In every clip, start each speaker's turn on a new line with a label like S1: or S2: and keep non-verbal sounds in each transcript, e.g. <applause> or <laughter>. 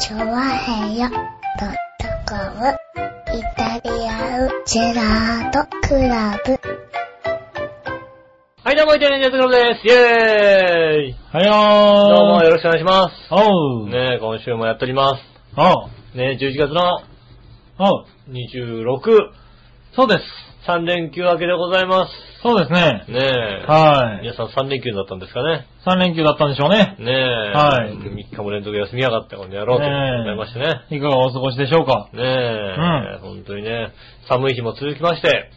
S1: チョワヘヨドットコムイタリアンジェラートクラブ。
S2: はい、どうも、イタリアンジェットクラブです。イェーイ
S3: はい
S2: ど
S3: よー
S2: うもよろしくお願いしま
S3: お
S2: す。
S3: う。
S2: ねえ、今週もやっておりま
S3: おう。
S2: す。ねえ、11月の
S3: おう。
S2: 26、
S3: そうです。
S2: 3連休明けでございます。
S3: そうですね。
S2: ねえ、
S3: はい。
S2: 皆さん3連休だったんですかね。
S3: 3連休だったんでしょうね。
S2: ねえ、
S3: はい
S2: 3日も連続休みやがったこの野郎と
S3: ねえ
S2: ございましてね。
S3: いかがお過ごしでしょうか
S2: ねえ、本当にね、寒い日も続きまして、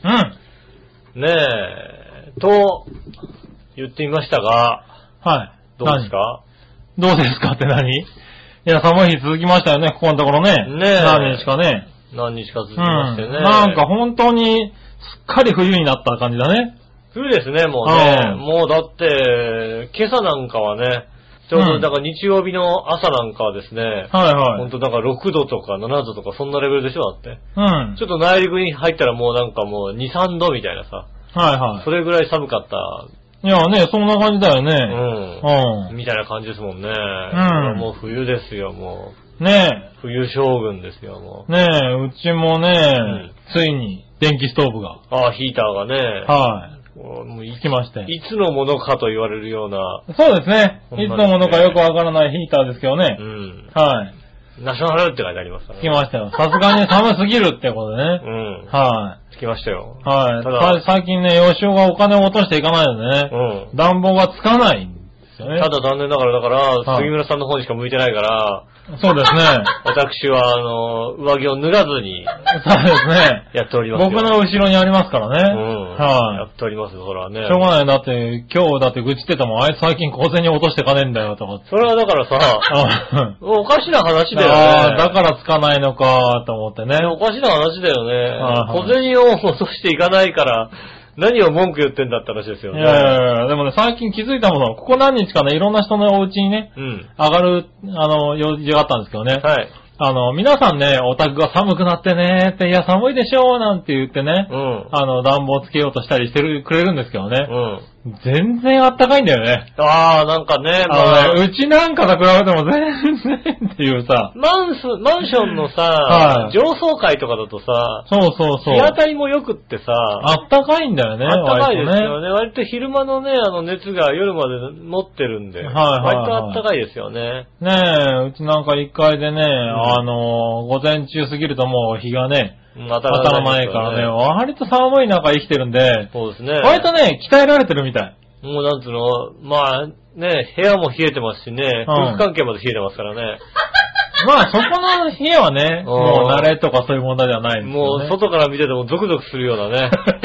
S3: うん。
S2: ねえ、と、言ってみましたが、
S3: はい。
S2: どうですか
S3: 何どうですかって何いや、寒い日続きましたよね、ここのところね。
S2: ねえ
S3: 何日かね。
S2: 何日か続
S3: う
S2: き
S3: ん。
S2: ましてね。
S3: なんか本当に、すっかり冬になった感じだね。
S2: 冬ですね、もうね。
S3: うん
S2: もうだって、今朝なんかはね、ちょう
S3: う
S2: ど
S3: ん
S2: だから日曜日の朝なんかはですね、
S3: はいは
S2: 本
S3: い。
S2: 当だから6度とか7度とかそんなレベルでしょ、だって。
S3: うん。はい
S2: ちょっと内陸に入ったらもうなんかもう2、3度みたいなさ、
S3: は
S2: それぐらい寒かった、
S3: い。いやね、そんな感じだよ
S2: う
S3: ね。
S2: ん、
S3: う
S2: みたいな感じですもんね。
S3: ん
S2: もう冬ですよ、もう。
S3: ん。ね
S2: 冬将軍ですよ、も
S3: え。ねえ、うちもね、
S2: ん
S3: ついに電気ストーブが。
S2: う。ああ、ヒーターがね、
S3: はい。
S2: もうい
S3: つきまして。
S2: いつのものかと言われるような、
S3: そうですね。
S2: ほんまに
S3: いつのものかよくわからないヒーターですけどね
S2: う。ん、
S3: はい。
S2: ナショナルって書いてありますから
S3: つ
S2: ね
S3: きましたよ。さすがに寒すぎるってことで
S2: うん。
S3: ね。は
S2: つきましたよ。
S3: い。はい。
S2: ただ
S3: さ最近ね、吉尾がお金を落としていかないので
S2: う
S3: ね、
S2: ん。
S3: 暖房がつかないんですよね
S2: た。だ残念ながら、だから、
S3: はい
S2: 杉村さんの方にしか向いてないから、
S3: そうで
S2: <laughs>
S3: すね。
S2: 私は、あの、上着を脱がずに
S3: そうですね。
S2: やっておりますよ。
S3: 僕の後ろにありますから
S2: う
S3: ね。
S2: ん。や
S3: は
S2: っておりますよ、それはね
S3: い。。しょうがない。だって、今日だって愚痴ってたもん。あいつ最近小銭落としてかねえんだよとかって。
S2: <laughs> それはだからさ、
S3: あ
S2: おかしな話だよね。
S3: あー、だからつかないのかと思ってね。
S2: おかしな話だよね。
S3: はい
S2: 小銭を落としていかないから、何を文句言ってんだって話ですよ
S3: い
S2: ね。
S3: やいやいや、でもね、最近気づいたもの、ここ何日かね、いろんな人のお家にね、
S2: うん。
S3: 上がる、あの、用事があったんですけどね。
S2: はい。
S3: あの、皆さんね、オタクが寒くなってねって、いや、寒いでしょうなんて言ってね、
S2: うん。
S3: あの、暖房つけようとしたりしてる、くれるんですけど
S2: う
S3: ね。
S2: ん。
S3: 全然あったかいんだよね。
S2: ああ、なんかね、ま
S3: あ
S2: あ
S3: のね、うちなんかと比べても全然っていうさ。
S2: マンス、マンションのさ、
S3: はい
S2: 上層階とかだとさ、
S3: そうそうそう
S2: 日。当たりも良くって
S3: あ
S2: さ、
S3: ったかいんだよね、
S2: あったかいですよ
S3: 割
S2: ね。割と昼間のね、あの熱が夜まで持ってるんで、
S3: はいはいはい
S2: 割とあったかいですよね。
S3: とね。ねえ、うちなんか一階でね、あの、午前中過ぎるともう日がね、
S2: うん
S3: 頭
S2: た
S3: の前からね、。割と寒い中生きてるんで、
S2: そうですね。
S3: 割とね、鍛えられてるみたい。
S2: もうなんつうの、まあね、部屋も冷えてますしね、
S3: うん
S2: 夫婦関係まで冷えてますからね。
S3: ま
S2: <laughs>
S3: あ、そこの家はね、
S2: ん
S3: もう慣れとかそういう問題ではないんです
S2: も
S3: よ
S2: う
S3: ね。
S2: 外から見ててもゾクゾクするようなね。
S3: <laughs>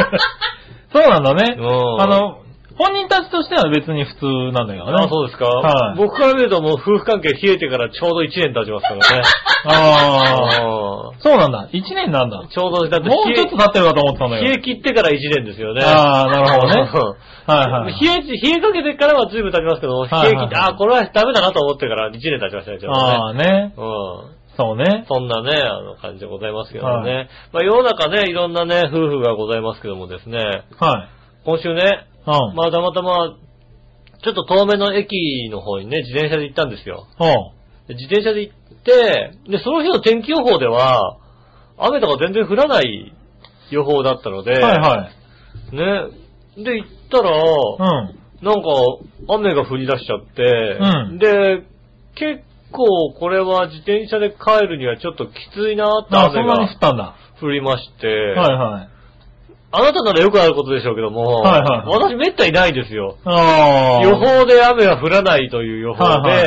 S3: そうなんだね。
S2: うん
S3: あの、本人たちとしては別に普通なんだけどね。
S2: あそうですか、
S3: はい
S2: 僕から見るともう夫婦関係冷えてからちょうど1年経ちますからね。
S3: <laughs> ああ
S2: うん
S3: そうなんだ。一年なんだ。
S2: ちょうど、だって
S3: もうちょっと経ってるかと思ってたんだ
S2: 冷え
S3: け
S2: 切ってから1年ですよね。
S3: ああなるほど
S2: <laughs>
S3: ね
S2: どね。
S3: ど。はいはいはい。
S2: 冷え、冷えかけてからは随分経ちますけど、冷え
S3: はいはい
S2: 切って、ああ、これはダメだなと思ってから1年経ちましたね、ちょう
S3: ああ
S2: ど
S3: ね。
S2: ね。うん。
S3: そうね。
S2: そんなね、あの感じでございますけどね。
S3: は
S2: まあ世の中ね、いろんなね、夫婦がございますけどもですね、
S3: はい。
S2: 今週ね、
S3: うん。
S2: まあたまたま、ちょっと遠目の駅の方にね、自転車で行ったんですよ。
S3: おう
S2: で自転車で行って、で、その日の天気予報では、雨とか全然降らない予報だったので、
S3: はいはい。
S2: ね。で、行ったら、
S3: うん。
S2: なんか、雨が降り出しちゃって、
S3: うん
S2: で、結構これは自転車で帰るにはちょっときついなって
S3: あ、そ
S2: 雨
S3: んなに降
S2: が
S3: ったんだ。
S2: 降りまして、
S3: はいはい。
S2: あなたならよくあることでしょうけども、
S3: はいはい
S2: 私めったにないですよ。
S3: ああ。
S2: 予報で雨は降らないという予報で、
S3: はいは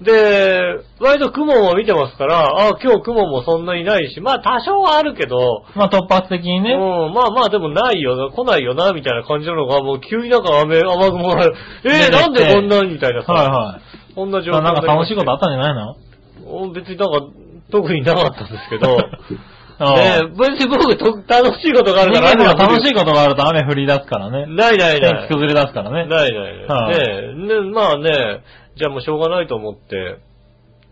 S2: で、割と雲も見てますから、あ今日雲もそんなにないし、まあ多少はあるけど、
S3: まあ突発的にね。
S2: うん、まあまあでもないよな、来ないよな、みたいな感じなのが、もう急になんか雨、雨雲が、え
S3: 出てき
S2: ー、
S3: て
S2: なんでこんなにみたいなさ、
S3: はいはい。
S2: こんな状況
S3: あなんか楽しいことあ
S2: っ
S3: ったんじゃないの
S2: た別になんか特になかったんですけ
S3: <laughs>
S2: ど、ね
S3: ああ
S2: 別に僕と楽しいことがあるから、
S3: 人間とか楽しい
S2: こ
S3: ことがあると雨降り出すからね。
S2: ないない
S3: 天
S2: な
S3: 気
S2: い。
S3: 崩れ出すからね。
S2: ないないな。
S3: はい
S2: ねえ、ねまあね、じゃあもうしょうがないと思って、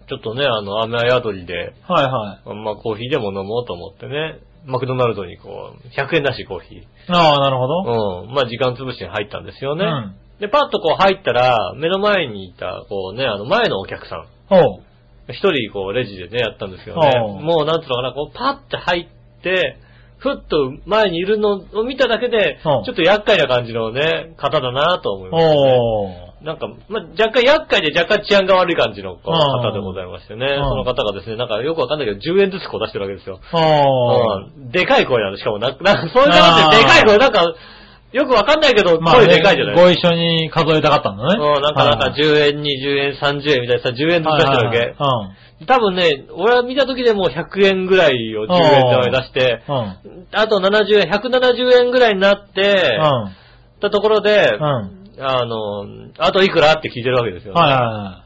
S2: ちょっとね、あの、雨宿りで、
S3: はいはい。
S2: まあコーヒーでも飲もうと思ってね、マクドナルドにこう、100円だしコーヒー。
S3: ああ、なるほど。
S2: うん。まあ時間潰しに入ったんですよね。
S3: うん
S2: で、パッとこう入ったら、目の前にいた、こうね、あの前のお客さん。
S3: おう。
S2: 一人こうレジでね、やったんですけどね。
S3: うん
S2: もうなんつうのかな、こうパッて入って、ふっと前にいるのを見ただけで、ち
S3: うん
S2: ょっと厄介な感じのね、方だなと思いました、ね。
S3: おー。
S2: なんか、まあ、若干厄介で若干治安が悪い感じのこう
S3: うん
S2: 方でございましてね。
S3: ん
S2: その方がですね、なんかよくわかんないけど、10円ずつこう出してるわけですよ。
S3: あ
S2: うんでかい声なの、しかもな、 <laughs> なんか、そういうのってでかい声、なんか、よくわかんないけど、
S3: あ。まあ
S2: 声
S3: ね、
S2: でかいじゃない
S3: ご一緒に数えたかったんだね。
S2: うん、なんかなんか10円、20円、30円みたいなさ、10円ずつ出してるわけ。
S3: はいはい
S2: 多分ね、俺は見た時でもう100円ぐらいを10円で出して、
S3: うん。うん。
S2: あと70円、170円ぐらいになって、たところで、
S3: うん。うん。
S2: あの、あといくらって聞いてるわけですよ、ね。
S3: はいは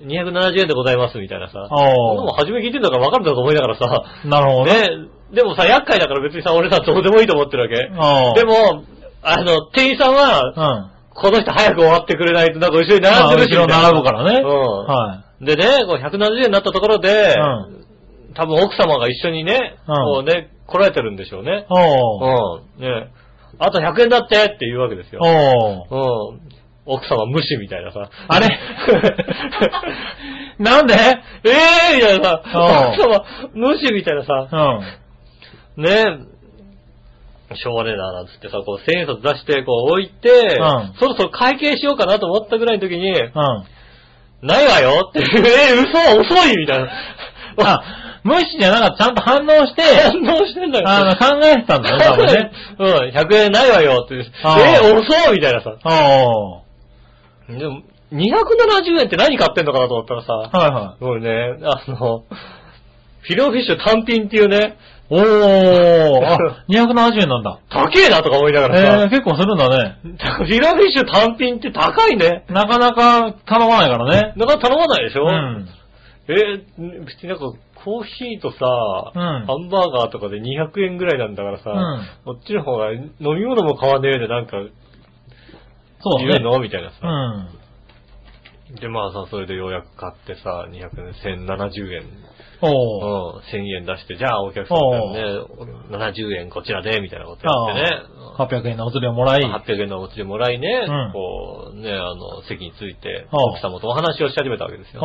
S2: ねえ、270円でございますみたいなさ。
S3: おー
S2: そんなもん初め聞いてんだから分かるんだと思いながらさ。
S3: いはい。なるほどね。
S2: ねえ、でもさ、厄介だから別にさ、俺さ、どうでもいいと思ってるわけ。
S3: ああ
S2: で、も、あの、店員さんは、
S3: うん。
S2: この人早く終わってくれないと、なんか後ろに並んでるし。
S3: まあ後ろ並ぶ
S2: か
S3: からね。
S2: うん
S3: は
S2: でね、こう170円になったところで、
S3: う
S2: 多分奥様が一緒にね、
S3: うん
S2: こうね、来られてるんでしょうね。
S3: い。おー。
S2: うん。ねあと100円だってっていうわけですよ。
S3: おー。
S2: うん。奥様無視みたいなさ。<laughs>
S3: あれなんで
S2: ええみたいなさ、
S3: う
S2: 奥様無視みたいなさ
S3: う、ん。
S2: ねえ、しょうがねえな、なんつってさ、こう、千円札出して、こう置いて、
S3: うん
S2: そろそろ会計しようかなと思ったぐらいの時に、
S3: うん。
S2: ないわよって、えー、嘘遅いみたいな。
S3: あ、無視じゃなかった。ちゃんと反応して、
S2: 反応してんだよ。
S3: あの、考えてたんだね、多分ね。
S2: うん、100円ないわよって。え
S3: あー
S2: ー、遅いみたいなさ。
S3: お
S2: でも、270円って何買ってんのかなと思ったら
S3: ー。
S2: さ、
S3: はいはい。
S2: すごいね、あの、フィレオフィッシュ単品っていうね、
S3: おー。
S2: <laughs>
S3: あ、270円なんだ。
S2: 高えなとか思いなが
S3: えー、
S2: らさ、
S3: 結構するんだね。
S2: <laughs> フィレオフィッシュ単品って高いね。
S3: なかなか頼まないからね。
S2: だから頼まないでし
S3: う
S2: ょ、
S3: ん。
S2: えー、別になんか、コーヒーとさ、
S3: ん
S2: ハンバーガーとかで200円ぐらいなんだからさ、こっちの方が飲み物も買わねえでなんか
S3: そう
S2: 言
S3: だ
S2: う
S3: ね。
S2: の、みたいな
S3: う
S2: さ、
S3: ん。
S2: で、まあさ、それでようやく買ってさ、200円、1070円、う
S3: おー。
S2: ん、1000円出して、じゃあお客さんからね、70円こちらで、みたいなことやってね。うん
S3: 800円のお釣りをもらい。
S2: 800円のお釣りもらいね、
S3: うん
S2: こう、ね、あの、席に着いて、
S3: ああ
S2: 奥様とお話をし始めたわけですよ。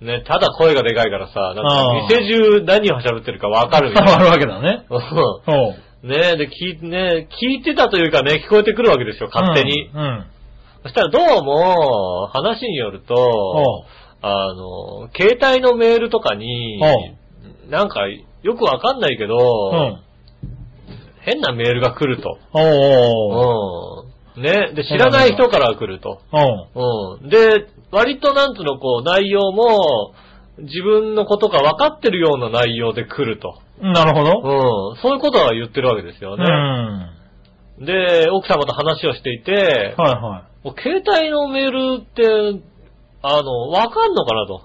S3: おー。
S2: ね、ただ声がでかいからさ、な
S3: あ
S2: ん
S3: あ
S2: か店中何を喋ってるかわかるみ
S3: 伝
S2: たい
S3: わ
S2: な。
S3: <laughs> るわけだね。
S2: うん
S3: おう。
S2: ねで、聞いね、聞いてたというかね、聞こえてくるわけですよ、勝手に。
S3: うん。うん
S2: そしたらどうも、話による
S3: お
S2: と
S3: う、
S2: あの、携帯のメールとかに
S3: おう、
S2: なんか、よくわかんないけど、
S3: うん。
S2: 変なメールが来ると。
S3: おうおう
S2: うん。ね、で、知らない人から来ると。
S3: おう
S2: うん。で、割となんつうの、こう、内容も、自分のことが分かってるような内容で来ると。
S3: なるほ
S2: うん
S3: ど。。
S2: そういうことは言ってるわけですよ
S3: うん。
S2: ね。
S3: は
S2: で、奥様と話をしていて
S3: い、は
S2: もう携帯のメールって、あの、わかんのかなと。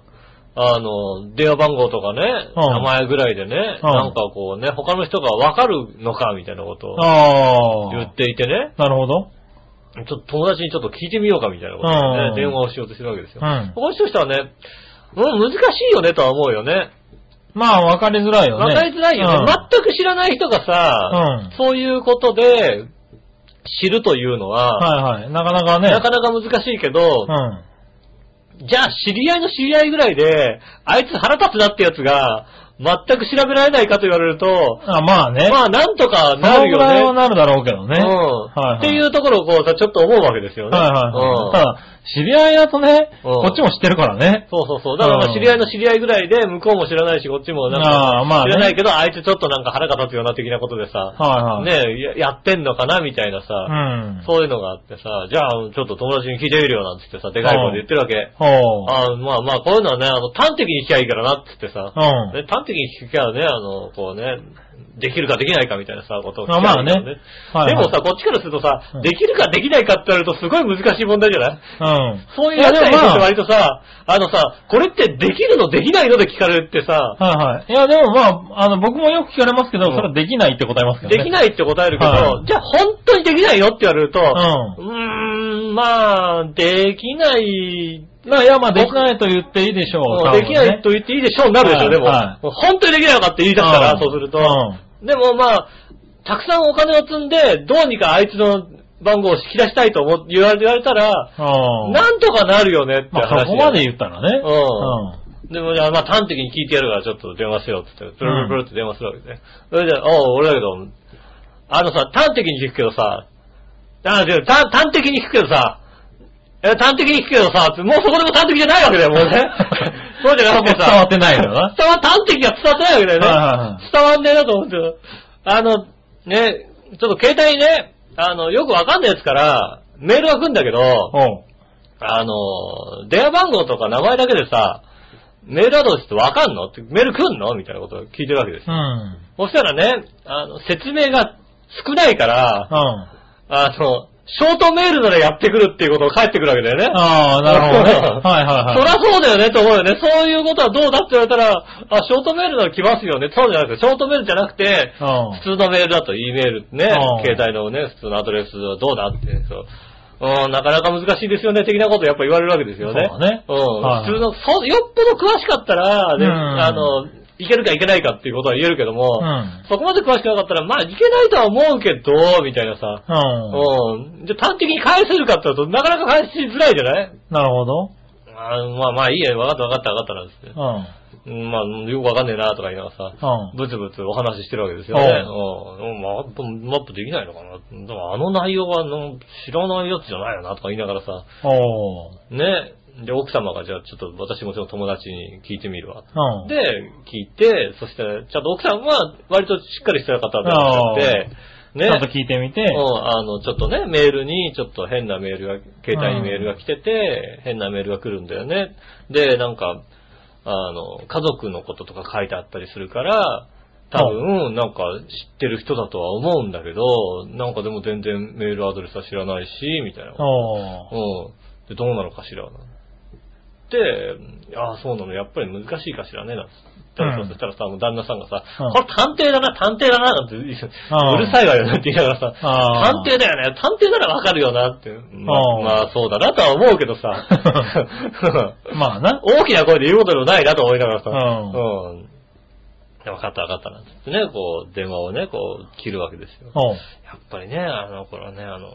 S2: あの、電話番号とかね、
S3: うん
S2: 名前ぐらいでね、
S3: うん
S2: なんかこうね、他の人がわかるのか、みたいなこと
S3: い。
S2: を
S3: あ
S2: 言っ
S3: あ。
S2: ていてね、
S3: なるほど。
S2: ちょっと友達にちょっと聞いてみようか、みたいなことを
S3: うん
S2: ね、電話をしようとしてるわけですよ。
S3: うん
S2: この人としてはね、うん、難しいよねとは思うよね。
S3: まあ、わかりづらいよね。
S2: わかりづらいよね。全く知らない人がさ、
S3: うん
S2: そういうことで知るというの
S3: うん。
S2: は、
S3: はいはい。なかなかね。
S2: なかなか難しいけど、
S3: うん。
S2: じゃあ、知り合いの知り合いぐらいで、あいつ腹立つなってやつが、全く調べられないかと言われると、
S3: あ、まあね。
S2: まあ、なんとか
S3: そ
S2: な
S3: の
S2: る
S3: ぐらいは
S2: よね。
S3: なるだろうけど
S2: う
S3: ね。
S2: ん
S3: はいはい。
S2: っていうところをこうさ、ちょっと思うわけですよね。
S3: はいはいはい。ただ、知り合いだとね、
S2: うん
S3: こっちも知ってるからね。
S2: うん。そうそうそう。だからまあ
S3: うん
S2: 知り合いの知り合いぐらいで、向こうも知らないし、こっちもなん
S3: ああ
S2: か
S3: まあ
S2: 知
S3: ね
S2: らないけど、あいつちょっとなんか腹が立つよな的なことでさ、
S3: はいはい。。
S2: ねややってんのかなみたいな
S3: う
S2: さ、
S3: ん。
S2: そういうのがあってさ、じゃあ、ちょっと友達に聞いてみるよなんつってさ、でかい声で言ってるわけ。
S3: ほう。
S2: ああまあまあ、こういうのはね、あの、端的に聞きゃいいからなってってさ、
S3: うん。
S2: ね、端的に聞きゃね、あの、こうね、できるかできないかみたいなさ、ことを聞きゃ
S3: あまあね
S2: いいんだよ
S3: はいはい
S2: でもさ、こっちからするとさ、
S3: うん
S2: できるかできないかって言われるとすごい難しい問題じゃない
S3: うん。
S2: そういう
S3: い
S2: や
S3: や
S2: つ
S3: でも
S2: にと
S3: まあ
S2: って割とさ、あのさ、これってできるのできないので聞かれるってさ、
S3: はいはい。いや、でもまあ、あの、僕もよく聞かれますけど、
S2: うん
S3: それはできないって答えますけどね。
S2: でき
S3: い
S2: ないって答えるけど、
S3: は
S2: じゃあ本当にできないよって言われると、
S3: う
S2: うーん、まあ、できない、
S3: ん。まあ、いや、まあ、できないと言っていいでしょう。多分
S2: できないと
S3: ね
S2: 言っていいでしょうになるでしょ、
S3: はい
S2: でも。
S3: は
S2: 本当にできないのかって言い出したら、
S3: ん
S2: そうすると。
S3: うん
S2: でもまあ、たくさんお金を積んで、どうにかあいつの番号を引き出したいと思言われ言われたら、
S3: うん。
S2: なんとかなるよねって
S3: まあ、
S2: 話。
S3: そこまで言ったらね。
S2: うんでもじゃあ、まあ端的に聞いてやるからちょっと電話しようって言って、プルプルプルって電話するわけで。それじゃあ、おう、俺だけど、あのさ、端的に聞くけどさ、あ、でも端端的に聞くけどさ、え、端的に聞くけどさ、ってもうそこでも端的じゃないわ
S3: <laughs>
S2: けだよ、もうね。そうじゃなくてさ。
S3: 伝わってないのよな
S2: 伝わ、端的が伝わってないわけだよね。
S3: はいはいはい
S2: 伝わんねえなと思ってたあの、ね、ちょっと携帯ね、あの、よくわかんないですから、メールは来んだけど、
S3: おう。
S2: あの、電話番号とか名前だけでさ、メールアドレスってわかんのってメール来んのみたいなことを聞いてるわけです
S3: う
S2: よ。
S3: ん。
S2: そしたらね、あの、説明が少ないから
S3: う、ん。
S2: あの、ショートメールならやってくるっていうことが返ってくるわけだよね。
S3: ああ、なるほ
S2: <laughs>
S3: どね。はいはいはい。
S2: そりゃそうだよねと思うよね。そういうことはどうだって言われたら、あ、ショートメールなら来ますよね。そうじゃなくて、ショートメールじゃなくて、
S3: うん。
S2: 普通のメールだと E メールね、
S3: うん
S2: 携帯のね、普通のアドレスはどうだって、そう。うん、なかなか難しいですよね、的なことやっぱ言われるわけですよね。
S3: そうだね
S2: うん、
S3: はい
S2: 普通の、そう、よっぽど詳しかったら、ね、
S3: うん
S2: あの、いけるかいけないかっていうことは言えるけども、
S3: うん
S2: そこまで詳しくなかったら、まあ、いけないとは思うけど、みたいなさ。
S3: うん。
S2: うん。じゃあ、端的に返せるかって言うと、なかなか返しづらいじゃない
S3: なるほど。
S2: あーまあまあいいや、わかったわかったわかったなんですね
S3: う。ん。
S2: うんまあ、よくわかんねえなとか言いながらさ、
S3: うん。
S2: ブツブツお話ししてるわけですよね。うん。マップ、マップできないのかなでもあの内容はあの知らないやつじゃないよなとか言いながらさ、
S3: おう。
S2: ね。で、奥様がじゃあちょっと私もちょっと友達に聞いてみるわ。
S3: うん。
S2: で、聞いて、そして、ちゃんと奥さんは割としっかりしてる方でらっしゃって、
S3: ち
S2: ね。
S3: ゃんと聞いてみて。
S2: うん、あの、ちょっとね、メールに、ちょっと変なメールが、携帯にメールが来てて、変なメールが来るんだよね。で、なんか、あの、家族のこととか書いてあったりするから、多分、なんか知ってる人だとは思うんだけど、なんかでも全然メールアドレスは知らないし、みたいな。
S3: おう。
S2: うん。で、どうなのかしら。で、ああ、そうなの、やっぱり難しいかしらね、なんて言ったら
S3: うん
S2: そしたらさ、もう旦那さんがさ、
S3: うん
S2: これ探偵だな、探偵だな、なんて言う、うるさいわよ、なんて言いながらさ、
S3: あー
S2: 探偵だよね、探偵ならわかるよな、って。ま
S3: う
S2: あ、
S3: ん
S2: まあそうだなとは思うけどさ、
S3: <laughs> まあな。
S2: 大きな声で言うことでもないなと思いながらさ、
S3: うん
S2: うん。分かった分かったなんて言ってね、こう、電話をね、こう、切るわけですよ。
S3: お
S2: や
S3: う。
S2: っぱりね、あの、これはね、あの、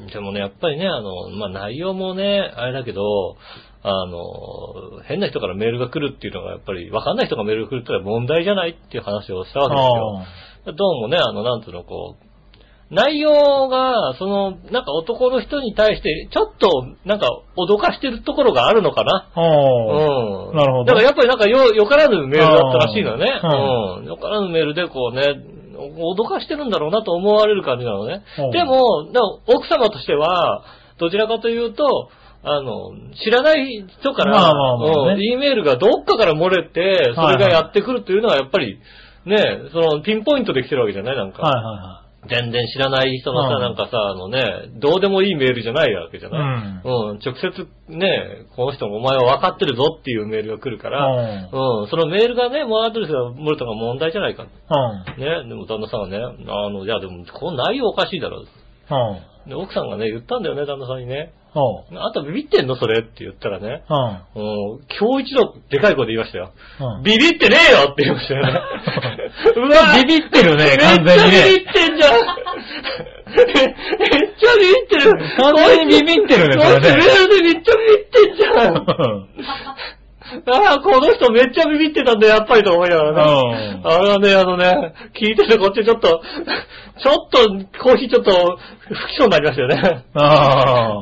S2: うんでもね、やっぱりね、あの、まあ、内容もね、あれだけど、あの、変な人からメールが来るっていうのが、やっぱり、わかんない人がメールが来るってのは問題じゃないっていう話をしたわけ
S3: おう
S2: ですよ。どうもね、あの、なんつうの、こう、内容が、その、なんか男の人に対して、ちょっと、なんか、脅かしてるところがあるのかな
S3: おう。
S2: うん。
S3: なるほど
S2: だからやっぱりなんかよ、よからぬメールだったらしいのね。
S3: あ
S2: うん。よからぬメールでこうね、脅かしてるんだろうなと思われる感じなのね
S3: うん。
S2: でも、でも奥様としては、どちらかというと、あの、知らない人から、
S3: まあまあまあね
S2: うん E メールがどっかから漏れて、それがやってくるというのはやっぱり、ね、その、ピンポイントできてるわけじゃないなんか。
S3: はいは
S2: 全然知らない人のさ、
S3: うん
S2: なんかさ、あのね、どうでもいいメールじゃないわけじゃない。
S3: う
S2: うん。直接ね、この人もお前は分かってるぞっていうメールが来るから、
S3: うん
S2: うん。そのメールがね、もうアドレスが漏れたのが問題じゃないか。ね。
S3: いはい。
S2: でも旦那さんはね、あの、いやでも、この内容おかしいだろ。
S3: うん。うん。
S2: で奥さんがね、言ったんだよね、旦那さんにね。
S3: おう。
S2: あんたビビってんのそれって言ったらね、
S3: うん。
S2: うん、今日一度でかい声で言いましたよ。
S3: うん。
S2: ビビってねえよって言いましたよね。 <laughs> う
S3: ビビってるね
S2: めっちゃ
S3: 完全にね
S2: ビビってんじゃん。めっちゃビビってる。
S3: 完全にビビってるね
S2: こいつ
S3: これ
S2: こ
S3: ね
S2: いつめっちゃビビってんじゃん。
S3: <laughs>
S2: ああ、この人めっちゃビビってたんだ、やっぱりと思いながらね。
S3: うん
S2: あれはね、あのね、聞いててこっちちょっと、ちょっとコーヒーちょっと吹きそうになりましたよね。
S3: ああ。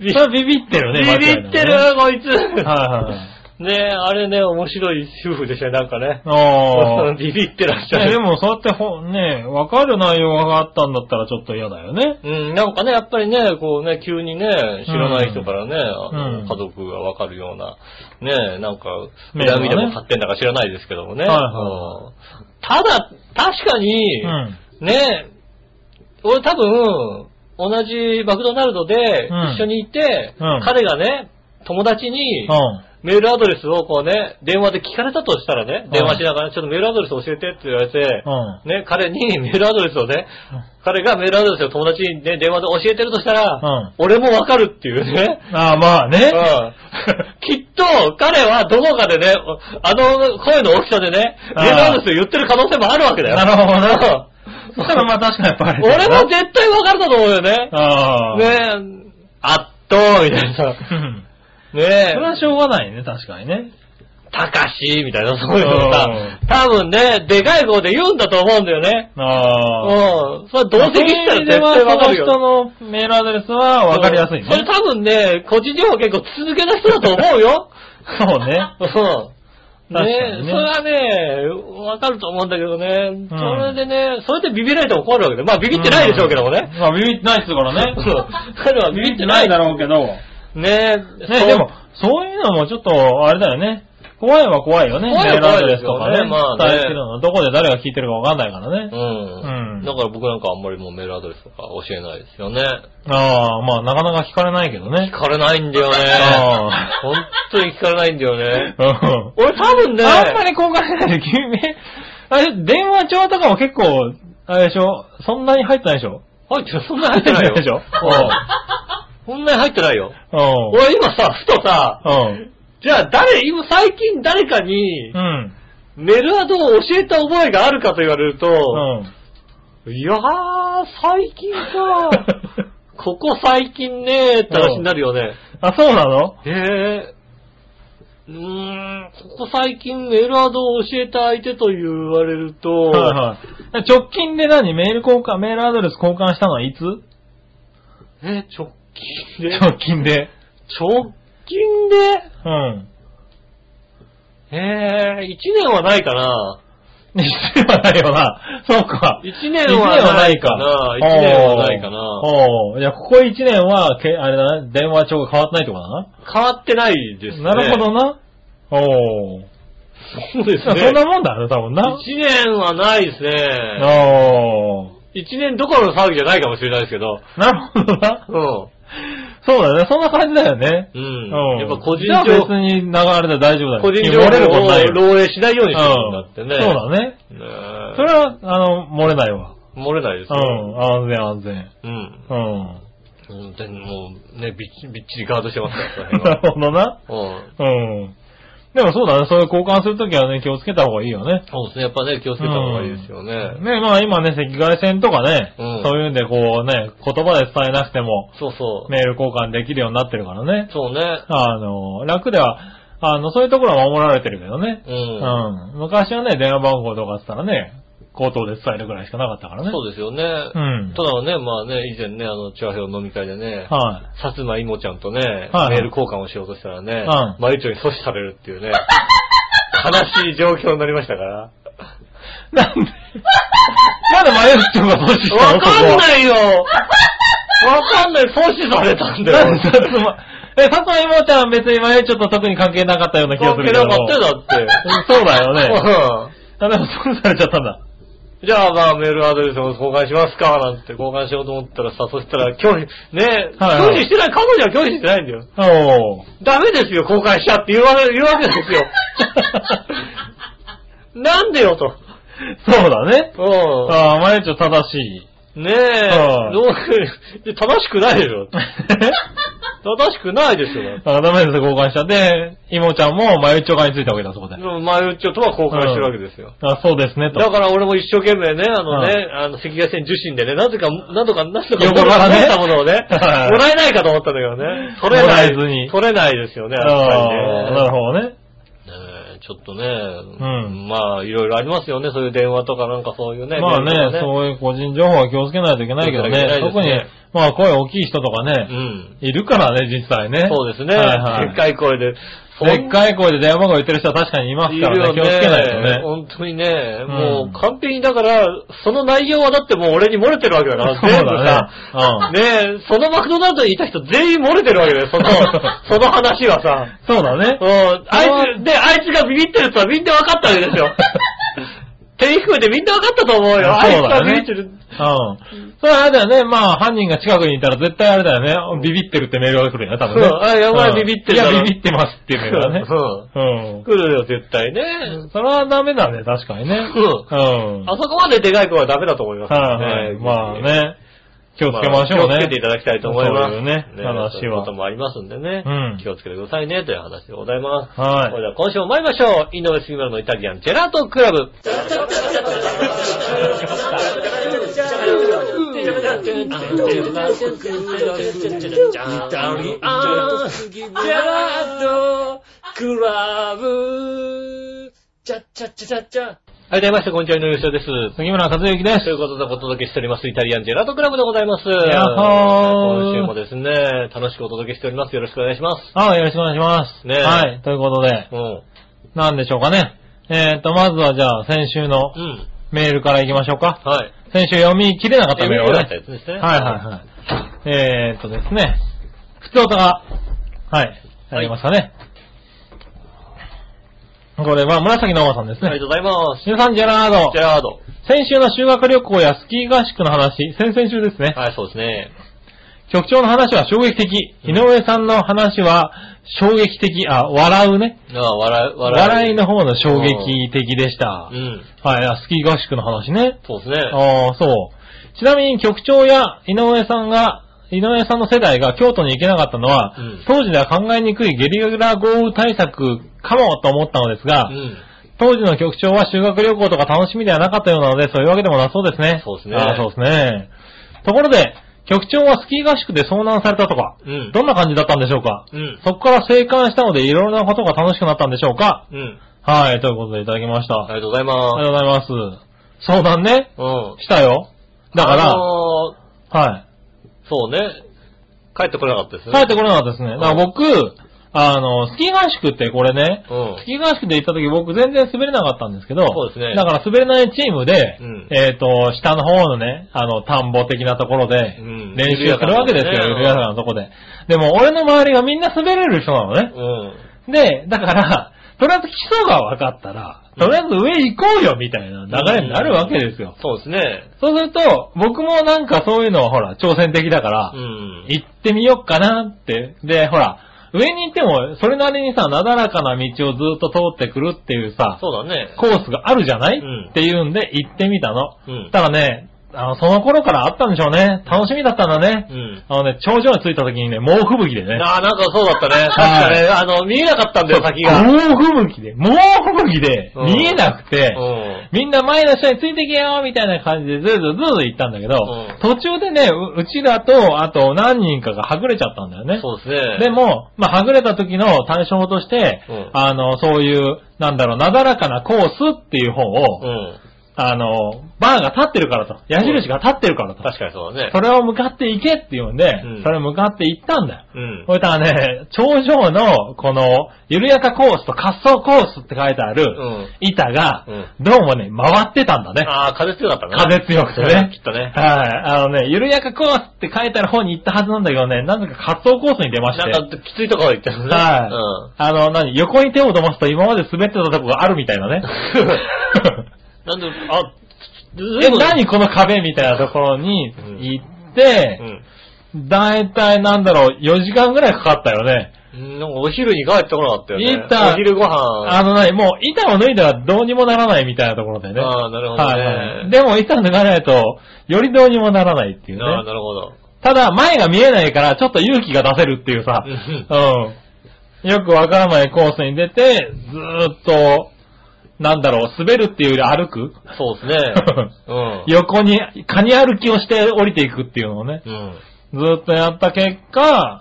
S2: ビ
S3: <laughs> それはビビってるね、間違い
S2: ビビ
S3: なく
S2: って
S3: ね
S2: る、こいつ。
S3: はいはいはい。
S2: ねえ、あれね、面白い夫婦でしたね、なんかね。
S3: あ
S2: <laughs>
S3: あ。
S2: ビビってらっしゃ
S3: ねで
S2: る。
S3: も、そうやってほ、ね、わかる内容があったんだったらちょっと嫌だよね。
S2: うん、なんかね、やっぱりね、こうね、急にね、知らない人からね、あの
S3: うん
S2: 家族がわかるような、ね、なんか、
S3: メールが
S2: 恨み
S3: ね
S2: でも買ってんだか知らないですけどもね。
S3: はいはい
S2: うんただ、確かに、
S3: うん。
S2: ね、俺多分、同じマクドナルドで
S3: うん
S2: 一緒にいて、
S3: うん
S2: 彼がね、友達に
S3: う、ん。
S2: メールアドレスをこうね、電話で聞かれたとしたらね
S3: う、ん
S2: 電話しながら、ちょっとメールアドレス教えてって言われて
S3: う、ん。
S2: ね、彼に <laughs> メールアドレスをね
S3: うん、
S2: 彼がメールアドレスを友達にね、電話で教えてるとした
S3: うん
S2: ら、俺もわかるっていうね。
S3: ああ、まあね。
S2: うん <laughs> きっと、彼はどこかでね、あの声の大きさでね、メ
S3: あー
S2: ールアドレスを言ってる可能性もあるわけだよ。
S3: なるほど
S2: <laughs>
S3: な。
S2: う
S3: そ
S2: ん
S3: したらまあ確かにやっぱり。
S2: 俺も絶対わかるだと思うよね。
S3: ああ。。
S2: ねえ、あっと、みたいな。
S3: うん。
S2: ねえ
S3: それ。はしょうがないね、確かにね。
S2: たかしみたいな、そういうのさ
S3: う、
S2: 多分ね、でかい声で言うんだと思うんだよね。
S3: ああ。
S2: うん。それ同席したら絶対わかるよ。
S3: その人のメールアドレスは <laughs> わかりやすいね。
S2: それ多分ね、個人情報結構続けた人だと思うよ。
S3: そう <laughs>
S2: <laughs>
S3: ね。
S2: うん。
S3: 確かに
S2: ね
S3: ね
S2: それはね、わかると思うんだけどね、それでね、それでビビられても困るわけで、まあビビってないでしょうけどもね。
S3: まあ、ビビってないですからね
S2: <laughs> そ。う。彼はビビってない
S3: だろうけど。
S2: ね
S3: <laughs> ね、でも、、そういうのもちょっと、あれだよね。怖いは怖いよね。
S2: 怖いは
S3: メールア
S2: 怖
S3: ド
S2: いで
S3: レ
S2: す
S3: ス
S2: よ
S3: と
S2: ね
S3: かね。
S2: まあね
S3: 伝えてるのはどこで誰が聞いてるかわかんないから
S2: うん。
S3: ね。うん
S2: だから僕なんかあんまりもうメールアドレスとか教えないですよね。
S3: ああ、まあ、なかなか聞かれないけど
S2: 聞
S3: ね。
S2: かれないんだよね
S3: あ。ー
S2: 本当に聞かれないんだよね。
S3: うん。
S2: 俺多分ね、
S3: あんまり交換しないで、君、 <laughs> あれ、電話帳とかも結構、あれでしょそんなに入ってないでしょ
S2: 入ってないそんなに入ってないよ。
S3: 入ってないでしょ
S2: うんそんなに入ってないよ。
S3: う
S2: 俺今さ、ふとさ、
S3: ん。うん。
S2: じゃあ誰、今最近誰かに
S3: う、ん。
S2: メルアドを教えた覚えがあるかと言われると、
S3: うん。
S2: いやー、最近さ、
S3: <laughs>
S2: ここ最近ねーって話になるよね。
S3: あ、そうなの
S2: えー、うーん、ここ最近メールアドを教えた相手と言われると、
S3: はいはい。直近で何メール交換、メールアドレス交換したのはいつ
S2: え、直近で、
S3: 直近で。
S2: 直近で、
S3: うん。
S2: えー、1年はないかな。
S3: 必要はないよな。そうか。
S2: 1年はないかな。1
S3: 一
S2: 年はないかな。
S3: おうおう。いや、ここ1年は、けあれだな、電話帳が変わってないってことだ
S2: 変わってないですね。
S3: な。なるほどな。おう。
S2: そうです
S3: そ
S2: ね。
S3: んなもんだよね、多分な。
S2: 一年はないですね。
S3: おう。
S2: 一年どころの騒ぎじゃないかもしれないですけど。
S3: なるほどな。
S2: うん。
S3: そうだね、そんな感じだよね。
S2: うん。やっぱ個人
S3: じゃあ
S2: 情
S3: 別
S2: 報、
S3: に流れで大丈夫だよ。
S2: 個人情
S3: 漏れるこ
S2: 報
S3: とな
S2: を
S3: いよ。
S2: 漏洩しないようにしてるんだって
S3: うん
S2: ね。
S3: そうだね。
S2: ね
S3: それは、あの、漏れないわ。
S2: え漏れないです
S3: う
S2: よ。
S3: ん、安全安全。
S2: うん。
S3: うん。
S2: うん。でもうね、びっちびっちりガードしてますから、その辺
S3: <laughs> な
S2: は
S3: るほどな。
S2: うん。
S3: うん。でもそうだね、そういう交換するときはね、気をつけた方がいいよね。
S2: そうですね。やっぱね、気をつけた方がいいですよね。
S3: ね、まあ今ね、赤外線とかね、
S2: うん
S3: そういうんでこうね、言葉で伝えなくても
S2: そうそう。
S3: メール交換できるようになってるからね。
S2: そうね。
S3: あの、楽では、あの、そういうところは守られてるけどね。
S2: う。
S3: うんん。昔はね、電話番号とかって言ったらね、口頭で伝えるぐらいしかなかったからね。
S2: そうですよね。
S3: うん
S2: ただね、まあね、以前ね、あの、チュアヘオ飲み会でね、
S3: は
S2: さつまいもちゃんとね、
S3: はい
S2: メール交換をしようとしたらね、
S3: うん
S2: まゆちょに阻止されるっていう
S3: <laughs>
S2: ね、悲しい状況になりましたから。
S3: い。なんで、なんでマヨチョが阻止したの
S2: わかん
S3: い
S2: ないよ <laughs> わかんない、阻止されたんだ
S3: な
S2: よ
S3: ん。で、さつま、え、さつまいもちゃんは別にマヨチョと特に関係なかったような気がす
S2: 関
S3: るけ
S2: 係
S3: ど。
S2: なかったよ、だって。
S3: そうだよね。
S2: う
S3: あ、でもそうされちゃったんだ。
S2: んじゃあまあメールアドレスを交換しますかなんて交換しようと思ったらさ、そしたら拒否、ね、
S3: はい
S2: 拒
S3: はい
S2: 否してない、彼女は拒否してないんだよ。
S3: おー。
S2: ダメですよ、交換しちゃって言うわけ言うわけです
S3: <laughs>
S2: よ。なんでよ、と。
S3: そうだね。
S2: うん。
S3: ああ、マヨチョ正しい。
S2: ねえ、
S3: はい
S2: どう <laughs> いや正しくないでし
S3: <laughs>
S2: ょ。正しくないですよ。
S3: あダメです、交換した。で、妹ちゃんもマヨチョがについたわけだ、そこで
S2: で。も前うちとは交換してるわけですよ。
S3: あそうですね、と。
S2: だから俺も一生懸命ね、あのね
S3: は、
S2: あの、赤外線受信でね、なぜか、なんとか、なんとか、
S3: 横からね
S2: 持ったものをね、も
S3: はい
S2: らえないかと思ったんだけどね、取れない、
S3: もらえずに
S2: 取れないですよね、やっぱり
S3: ああなる
S2: ね。
S3: ほどね。
S2: ねえちょっとね、
S3: ん
S2: まあ、いろいろありますよね、そういう電話とかなんかそういうね。
S3: まあ
S2: メールと
S3: ね、
S2: か
S3: そういう個人情報は気をつけないといけないけど
S2: 気をつけな
S3: ね
S2: い、といけ
S3: 特
S2: ない
S3: に
S2: ですね、
S3: まあ声大きい人とか
S2: う
S3: ね、
S2: ん。
S3: いるからね、実際ね。
S2: そうですね、
S3: はいはい
S2: でっかい声で、そん
S3: でっかい声で電話番号言ってる人は確かにいますからね、気をつけないとね。
S2: 本当にね、
S3: ん
S2: もう完璧にだから、その内容はだってもう俺に漏れてるわけだから、
S3: <laughs> そう
S2: 全部さ
S3: だ、ね。
S2: ねえ、そのマクドナルドにいた人全員漏れてるわけだよ、そ
S3: <laughs>
S2: の、その話はさ。
S3: うん。そうだね
S2: う。ん、あいつ、で、あいつがビビってるとはみんな分かったわけです
S3: <laughs>
S2: よ。手含めてみんな分かったと思うよ。あ
S3: そ
S2: いうつが
S3: だね
S2: ビビってる。
S3: うん。それあれだよね。まあ、犯人が近くにいたら絶対あれだよね。ビビってるってメールが来るよね、多分ね。
S2: そうあやばいビビってる
S3: い
S2: だろ
S3: や、ビビってますっていうメールがね。
S2: う
S3: うん
S2: ん。。来るよ、絶対ね。
S3: それはダメだね、確かにね。
S2: う
S3: うん。
S2: あそこまででかい子はダメだと思いますよ
S3: はいはい。まあ。ね。気
S2: 気
S3: をつけましょう
S2: 気をつ
S3: ね。
S2: けていただきたいと思います。
S3: そういうね、
S2: そう
S3: 話
S2: いうこと
S3: は。
S2: もありますんでね。
S3: うん
S2: 気をつけてくださいね、という話でございます。
S3: はい
S2: それでは今週も参りましょう。井上杉村のイタリアンジェラートクラブ。
S4: イタリアンジェラートクラブ
S2: ちゃっちゃっちゃちゃっちゃ。はい、どうもみなさんこんにちは、井上翔です。
S3: 杉村和之です
S2: とい。うことでお届けしております、イタリアンジェラートクラブでございます。
S3: やっほー
S2: 今週もですね、楽しくお届けしております。よろしくお願いします。
S3: あよろしくお願いします。
S2: ねえ
S3: はい。ということで、
S2: うん。
S3: なんでしょうかね。えっと、まずはじゃあ、先週の
S2: うん。
S3: メールから行きましょうか。
S2: はい。
S3: 先週読み切れなかったメールを
S2: だ
S3: ね
S2: った。やつですね。
S3: はいはいはい。えーっとですね。普通音が、はい、ありましたね。これは紫のおばさんです
S2: ありが
S3: ね。
S2: とうございます。
S3: 皆さん、ジェラード
S2: ジェ。ラード。
S3: 先週の修学旅行やスキー合宿の話、先々週ですね。
S2: はい、そうですね。
S3: 局長の話は衝撃的。
S2: うん
S3: 井上さんの話は衝撃的。あ、笑うね。
S2: ああ、笑い、
S3: 笑いの方の衝
S2: うん
S3: 撃的でした。
S2: うん。
S3: はい、あスキー合宿の話ね。
S2: そうですね。
S3: ああ、そう。ちなみに局長や井上さんが、井上さんの世代が京都に行けなかったのは、
S2: うん
S3: 当時では考えにくいゲリラ豪雨対策かもと思ったのですが、
S2: うん。
S3: 当時の局長は修学旅行とか楽しみではなかったようなので、そういうわけでもなさそうですね。
S2: そうですね
S3: ああ、そうですね。ところで、局長はスキー合宿で遭難されたとか、
S2: うん
S3: どんな感じだったんでしょうか
S2: うん。
S3: そこから生還したので、いろいろなことが楽しくなったんでしょうか
S2: うん。
S3: はい、ということでいただきました。
S2: ありがとうござい
S3: あり
S2: ま
S3: がとうございます。相談ね。
S2: す。うん。
S3: したよ。だから、
S2: あの
S3: は
S2: ーそうね。帰ってこなかったです
S3: い。
S2: ね。
S3: 帰ってこなかったですね。だから僕、あの、スキー合宿ってこれね、
S2: うん
S3: スキー合宿で行った時僕全然滑れなかったんですけど、
S2: そうですね
S3: だから滑れないチームで、
S2: うん
S3: えっ、と、下の方のね、あの、田んぼ的なところで、
S2: ん
S3: 練習するわけですよ、
S2: 緩
S3: 緩
S2: やか
S3: やか
S2: な
S3: なとこで。でも俺の周りがみんな滑れる人なのね。
S2: うん。
S3: で、だから、とりあえず基礎が分かったら、とりあえず上行こうよみたいな流れになるわけですよ。
S2: そうですね。
S3: そうすると、僕もなんかそういうのはほら、挑戦的だから、
S2: うん。
S3: 行ってみよっかなって。で、ほら、上に行っても、それなりにさ、なだらかな道をずっと通ってくるっていうさ、
S2: そうだね。
S3: コースがあるじゃない、
S2: うん
S3: っていうんで、行ってみたの。
S2: うん。
S3: ただね、あの、その頃からあったんでしょうね。楽しみだったんだね。
S2: うん。
S3: あのね、頂上に着いた時にね、猛吹雪でね。
S2: ああ、なんかそうだったね。確かね、あの、見えなかったんだよ、先が。
S3: 猛吹雪で、猛吹雪で、
S2: うん
S3: 見えなくて、
S2: うん。
S3: みんな前の人についてけよみたいな感じでずーずーずーずー行ったんだけど、
S2: うん
S3: 途中でね、ううちらと、あと何人かがはぐれちゃったんだよね。
S2: そうですね。
S3: で、も、まあ、はぐれた時の対象として、
S2: うん
S3: あの、そういう、なんだろう、なだらかなコースっていう方を、
S2: うん。
S3: あの、バーが立ってるからと、矢印が立ってるからと、
S2: 確かにそうだね
S3: そ。れを向かって行けって言うんで、
S2: うん
S3: それを向かって行ったんだよ。
S2: うん
S3: そ。れからね、頂上の、この、緩やかコースと滑走コースって書いてあ
S2: う
S3: る、
S2: ん。
S3: 板が、
S2: うん
S3: どうもね、回ってたんだね。
S2: ああ、風強かったね。
S3: 風強くてね。
S2: <laughs> きっとね。
S3: はい。あのね、緩やかコースって書いてある方に行ったはずなんだけどね、なぜか滑走コースに出まして。
S2: なんか、きついところ行ったよね。
S3: はい。あの、何横に手を伸ばすと今まで滑ってたとこがあるみた
S2: <laughs>
S3: いなね。
S2: うん。なんで、あ、
S3: え、何この壁みたいなところに
S2: うん
S3: 行って
S2: う、ん
S3: だいたいなんだろう、4時間ぐらいかかったよね。
S2: うん。なんかお昼に帰ってこなかったよね。
S3: 行った
S2: お昼ご飯。
S3: あの何、もう板を脱いだらどうにもならないみたいなところでね。
S2: あーなるほどね
S3: はいはいでも板を脱がないと、よりどうにもならないっていう
S2: ああ、
S3: ね。
S2: なるほど。
S3: ただ、前が見えないから、ちょっと勇気が出せるっていうさ。
S2: うん
S3: うん。よくわからないコースに出て、ずーっと、なんだろう、滑るっていうより歩く
S2: そうです
S3: <laughs>
S2: ね。うん。
S3: 横に、カニ歩きをして降りていくっていうのをね、
S2: うん。
S3: ずーっとやった結果、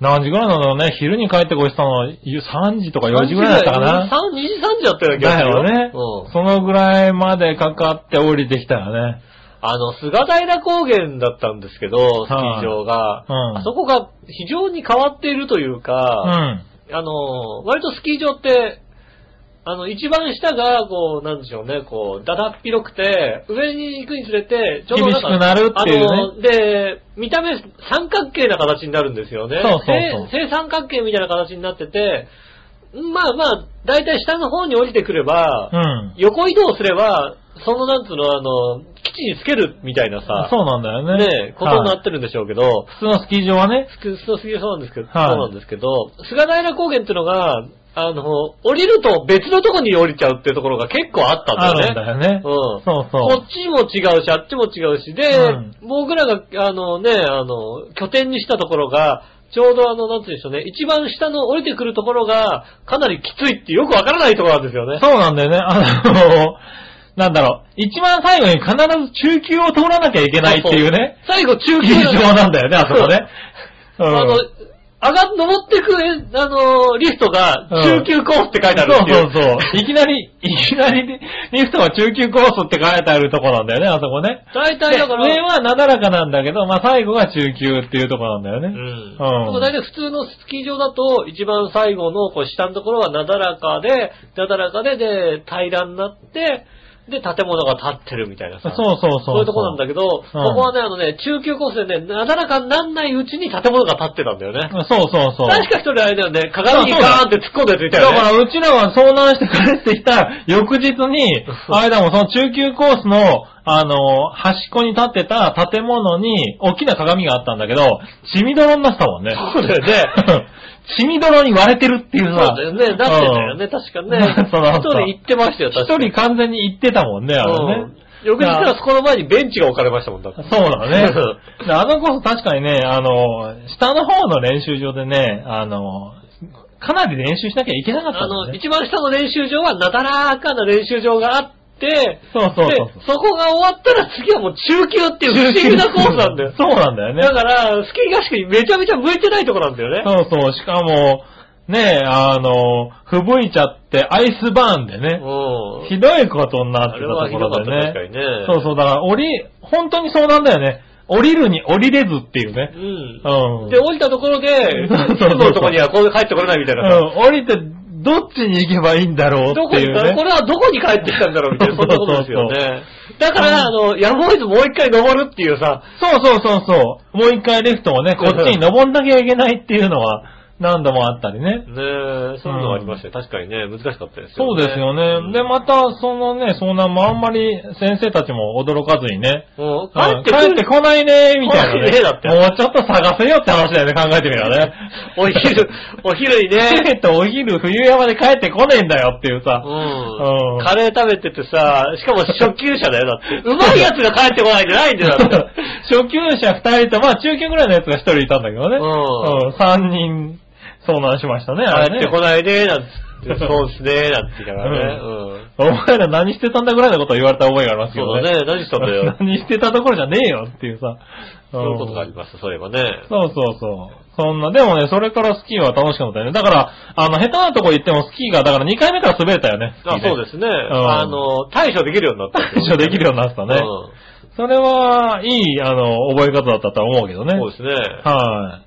S3: 何時ぐらいなんだろうね、昼に帰ってこいしたの、ゆ3時とか4時ぐらいだったか
S2: 3、
S3: な。
S2: 2時3時だったような気が
S3: だ
S2: する
S3: よね
S2: う。ん。
S3: そのぐらいまでかかって降りてきたらね。
S2: あの、菅平高原だったんですけど、スキー場が。
S3: うん
S2: あそこが非常に変わっているという
S3: う
S2: か、
S3: ん。
S2: あの、割とスキー場って、あの、一番下が、こう、なんでしょうね、こう、だだっ広くて、上に行くにつれて、ちょうどんか
S3: 厳しくなるっていうね
S2: あの、で、見た目、三角形な形になるんですよね。
S3: そうそうそう
S2: 正正三角形みたいな形になってて、まあまあ、だいたい下の方に降りてくれば、
S3: うん。
S2: 横移動すれば、そのなんつうの、あの、基地につけるみたいなさ、
S3: そうなんだよね。
S2: ねえ、ことにな
S3: はい
S2: ってるんでしょうけど、
S3: 普通のスキー場はね、
S2: 複数すぎそうなんですけど、
S3: はい
S2: そうなんですけど、菅平高原ってのが、あの、降りると別のとこに降りちゃうっていうところが結構あった
S3: あ
S2: んだよね。
S3: るんだよね。
S2: うん
S3: そう
S2: こ
S3: そ
S2: っちも違うし、あっちも違うし、で、
S3: うん
S2: 僕らが、あのね、あの、拠点にしたところが、ちょうどあの、なんていうんでしょうね、一番下の降りてくるところが、かなりきついってよくわからないところなんですよね
S3: う。。そうなんだよね。あの、なんだろう、一番最後に必ず中級を通らなきゃいけないっていうね。
S2: 最後中
S3: 中
S2: 級
S3: 級場なんだよね、あそこね。うん
S2: あの、上が、登ってく、えあのーリフトが中級コースって書いてあるんですよ。
S3: そうそうそう。いきなり、いきなりリフトが中級コースって書いてあるとこなんだよね、あそこね。
S2: 大
S3: で
S2: 体だから、
S3: 上はなだらかなんだけど、まあ最後が中級っていうとこなんだよね。
S2: うん。
S3: うん
S2: でも大体普通のスキー場だと、一番最後のこう下のところはなだらかで、なだらかで、で、平らになって、で、建物が建ってるみたいなさ。
S3: そうそうそう
S2: そういうとこなんだけど、ここはね、あのね、中級コースでね、なだらかになんないうちに建物が建ってたんだよね。
S3: そうそうそう。
S2: 確か一人あれだよね、鏡にガーンって突っ込んだやついた
S3: だ
S2: よ
S3: か
S2: ね。
S3: ら、うちらが遭難して帰ってきた
S2: <laughs>
S3: 翌日に、あれだもん、その中級コースの、あの、端っこに立ってた建物に、大きな鏡があったんだけど、血みどろになってたもんね。
S2: そうだよ
S3: ね。 <laughs> 血みどろに割れてるっていう
S2: そう
S3: さ。
S2: だよね、なってたよね、確かね。
S3: <laughs> そうだ
S2: 一人行ってましたよ、
S3: 一
S2: 確かに。
S3: 人完全に行ってたもんね、あのね。
S2: うん翌日からそこの前にベンチが置かれましたもんだって
S3: そう
S2: <laughs>
S3: だね。であのコース確かにね、あの、下の方の練習場でね、あの、かなり練習しなきゃいけなかった
S2: あ
S3: んだよ
S2: の、
S3: ね。
S2: 一番下の練習場はなだらかな練習場があって、
S3: そうそうそうそう。
S2: で、そこが終わったら次はもう中級っていう不思議なコースなんだよ
S3: そうなんだよね。
S2: だから、スキー合宿にめちゃめちゃ向いてないとこなんだよ <laughs> ね。
S3: そうそう、しかも、ねえ、あの、吹雪いちゃってアイスバーンでね、
S2: うん。
S3: ひどいことになっ
S2: あ
S3: てたと
S2: れはひ
S3: こ
S2: どか
S3: ろ
S2: った、
S3: でね
S2: 確。かにね。
S3: そうそう、だから降り、本当にそうなんだよね。降りるに降りれずっていうね。
S2: うん
S3: う。ん。
S2: で、降りたところで、
S3: <laughs> そうそうそう
S2: いつものとこにはこう帰ってこれないみたいなさ。
S3: うん、降りて、どっちに行けばいいんだろう
S2: ど
S3: っ
S2: こ
S3: てい
S2: に、
S3: う
S2: こ
S3: ね。
S2: れはどこに帰ってきたんだろうみたいな、そんなことですよ
S3: そう
S2: ね。だから、あの、やむを得ずもう一回登るっていうさ、
S3: そうそうそうそう。もう一回レフト
S2: <laughs>
S3: をね、こっちに登んなきゃいけないっていうのは何度もあったりね。
S2: ねえ、そういうのがありましたよ。確かにね、難しかったです
S3: そ
S2: よ
S3: う
S2: ね。
S3: ですよね。で、また、そのね、遭難もあんまり先生たちも驚かずにね、
S2: もう、
S3: 帰
S2: 帰
S3: っ
S2: ってて
S3: 帰
S2: く
S3: って
S2: る。
S3: こないね、みたいな、
S2: 来ないねだって
S3: もうちょっと探せよって話だよね、考えてみれば
S2: <laughs>
S3: ね。
S2: お
S3: <laughs>
S2: 昼、お昼に
S3: チケ <laughs>
S2: ね。
S3: ットお昼冬山で帰ってこねえんだよっていう
S2: う
S3: さ。
S2: ん
S3: うん。
S2: カレー食べててさ、しかも初級者だよ、だって。うまいやつが帰ってこないんじゃないんだよ、だって。
S3: <laughs> <laughs> 初級者二人と、まあ中級ぐらいのやつが一人いたんだけどね。
S2: うん
S3: うん。三人遭難しましたね、あ
S2: 帰
S3: れ
S2: ってこ
S3: ね。
S2: ないで、なんつって。そうっすね、なんて言いながらね。うん。
S3: お前ら何してたんだぐらいのことを言われた覚えがありますけ
S2: そ
S3: ど
S2: うだ
S3: ね。。
S2: ね、何したんだよ
S3: <laughs> 何してたところじゃねえよっていうさ。
S2: そういうことがありました、そういえばね。
S3: そうそうそう。そんな、でもね、それからスキーは楽しかったよね。だから、あの、下手なとこ行ってもスキーが、だから2回目から滑れたよね。
S2: あそうです
S3: す。
S2: ね。あの、対処できるようになったん
S3: 対
S2: すよ。
S3: 処できるようになったね。
S2: うん
S3: それは、いい、あの、覚え方だったとは思うけどね。
S2: そうですね。
S3: はい。だか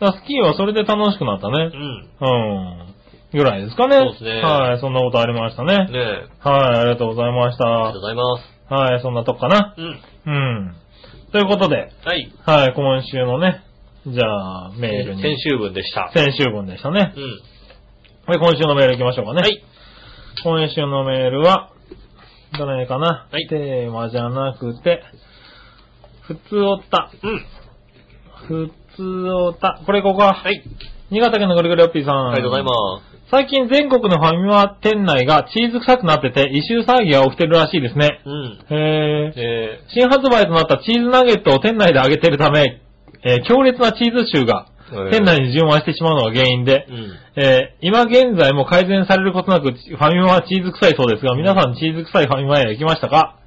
S3: らスキーはそれで楽しくなった
S2: う
S3: ね。
S2: ん。
S3: うん。ぐらいですかね。
S2: そうですね
S3: はい、そんなことありましたね。
S2: ねえ。
S3: はい、ありがとうございまし
S2: ありがとう
S3: た。
S2: ございます。
S3: はい、そんなとこかな。
S2: うん。
S3: うん。ということで、
S2: はい。
S3: はい、今週のね、じゃあ、メールに。
S2: 先週分でした。
S3: 先週分でしたね
S2: う。ん。
S3: はい、今週のメール行きましょうかね。
S2: はい。
S3: 今週のメールは、どれかな、
S2: はい
S3: テーマじゃなくて、普通おった。
S2: うん。
S3: 普通おた。これここは、
S2: はい。
S3: 新潟県のぐるぐるおっぴーさん。
S2: ありがとうございます。
S3: 最近全国のファミマ店内がチーズ臭くなってて、異臭騒ぎが起きてるらしいですね。
S2: うん。
S3: へー。
S2: え
S3: 新発売となったチーズナゲットを店内で揚げてるため、えー強烈なチーズ臭が
S2: ー
S3: 店内に充満してしまうのが原因で、
S2: うん。
S3: えー今現在も改善されることなく、ちファミマはチーズ臭いそうですが、皆さんチーズ臭いファミマへ行きましたか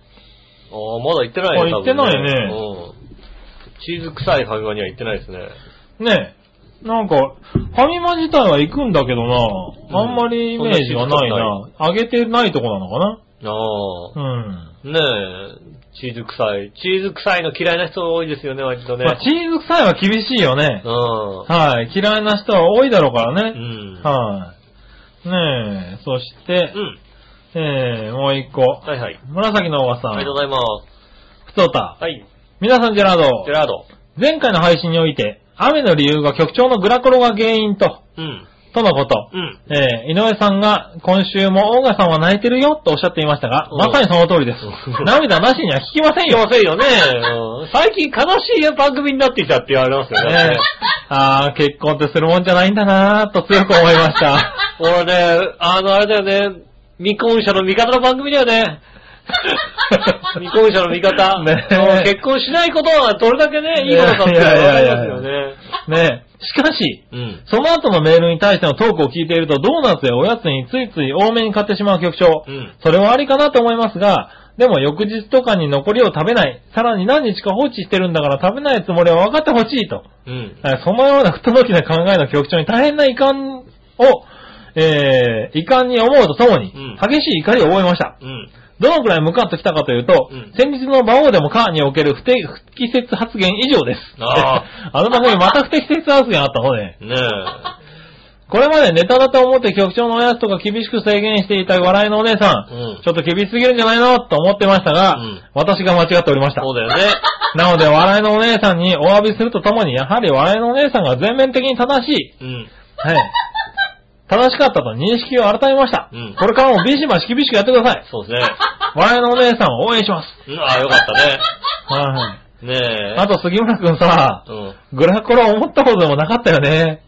S2: ああ、まだ行ってないね。
S3: あ行ってないね
S2: 多分うん。チーズ臭いファミマには行ってないですね。
S3: ねえ。なんか、ファミマ自体は行くんだけどな、
S2: うん
S3: あんまりイメージはないな。揚げてないとこなのか
S2: ああ。
S3: なうん。
S2: ねえ、チーズ臭い。チーズ臭いの嫌いな人多いですよね、割とね。
S3: まあ、チーズ臭いは厳しいよね。はい。嫌いな人は多いだろうから
S2: う
S3: ね。
S2: ん。うん。
S3: はい。ねえ、そして
S2: う、ん。
S3: えー、もう一個。
S2: はいはい。
S3: 紫のおばさ
S2: ありがとうんご、ざいます。
S3: ふとた。
S2: はい。
S3: 皆さんジェラード
S2: ジェ。ラード。
S3: 前回の配信において、雨の理由が局長のグラコロが原因と、
S2: うん。
S3: とのこと。
S2: うん。
S3: えー、井上さんが今週も、オーガさんは泣いてるよとおっしゃっていましたが、
S2: うん
S3: まさにその通りです
S2: う。ん
S3: 涙なしには聞きません
S2: い
S3: よ。
S2: ませんよね。うん最近悲しい番組になってきたって言われますよ
S3: ね
S2: ね。
S3: あー、結婚ってするもんじゃないんだなーと強く思いました。
S2: <laughs> 俺ね、あの、あれだよね、未婚者の味方の番組だよね。 <laughs> 未婚者の味方。
S3: ね
S2: もう結婚しないことはどれだけね、いいことかっていうのがわかりますよ
S3: いやいやいや
S2: ね。
S3: いねえ。しかし、
S2: うん。
S3: その後のメールに対してのトークを聞いていると、ドーナツやおやつについつい多めに買ってしまう局長。
S2: うん
S3: それはありかなと思いますが、でも翌日とかに残りを食べない。さらに何日か放置してるんだから食べないつもりは分かってほしいと。
S2: うん。
S3: えーそのような不届きな考えの局長に大変な遺憾を、えー遺憾に思うとともに
S2: うん、
S3: 激しい怒りを覚えました。
S2: うん。
S3: どのくらいムカッときたかというと、
S2: うん
S3: 先日の馬王でもカーにおける不適不適切発言以上です。
S2: あ
S3: <laughs> あの番組また不適切発言あったのね。
S2: ねえ。
S3: これまでネタだと思って局長のおやつとか厳しく制限していた笑いのお姉さん、
S2: うん
S3: ちょっと厳しすぎるんじゃないのと思ってましたが、
S2: うん
S3: 私が間違っておりました。
S2: そうだよね。
S3: なので、笑いのお姉さんにお詫びするとともに、やはり笑いのお姉さんが全面的に正しい、
S2: うん。
S3: はい。正しかったと認識を改めました。
S2: うん
S3: これからもビシバシ厳しくやってください。
S2: そうですね。
S3: 笑いのお姉さんを応援します。
S2: うん、ああ、よかったね。
S3: は
S2: ねえ。
S3: い。あと、杉村くんさ、
S2: うん。
S3: グラコロ思ったほどでもなかったよね。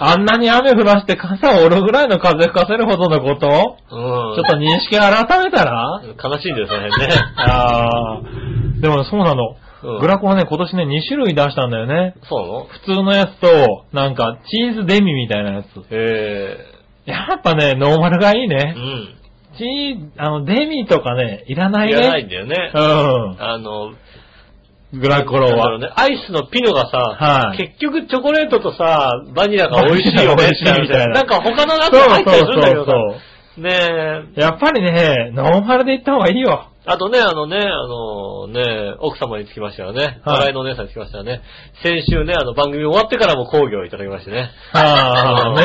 S3: あんなに雨降らして傘を折るぐらいの風吹かせるほどのことを、
S2: うん。
S3: ちょっと認識改めたら、
S2: 悲しいんですね、ね。
S3: あー、でもそうなの。
S2: うん
S3: グラコロね、今年ね、2種類出したんだよね。
S2: そうなの
S3: 普通のやつと、なんか、チーズデミみたいなやつ。
S2: へ
S3: やっぱね、ノーマルがいい
S2: え。う
S3: ね。
S2: ん。
S3: チーあの、デミとかね、いらない
S2: い
S3: ね。
S2: らないんだよね。あの、
S3: うん。グラコ
S2: な
S3: ロ
S2: んだろ
S3: は。
S2: うね、アイスのピノがさ、
S3: はい
S2: 結局チョコレートとさ、バニラが美味しいよね、
S3: バニ <laughs> ラが美味しいみたいな
S2: なんか他の
S3: そ
S2: 中
S3: う
S2: に
S3: そ
S2: 入
S3: う
S2: ったりするんだけ
S3: そう
S2: ど
S3: そう
S2: さ。。 <laughs> ねえ。
S3: やっぱりね、ノーマルで行った方がいいよ。
S2: あとね、あのね、あのね、奥様につきましたよね。
S3: は
S2: 笑
S3: い
S2: いのお姉さんにつきましたよね。先週ね、あの番組終わってからも講義をいただきましてね。
S3: ああ、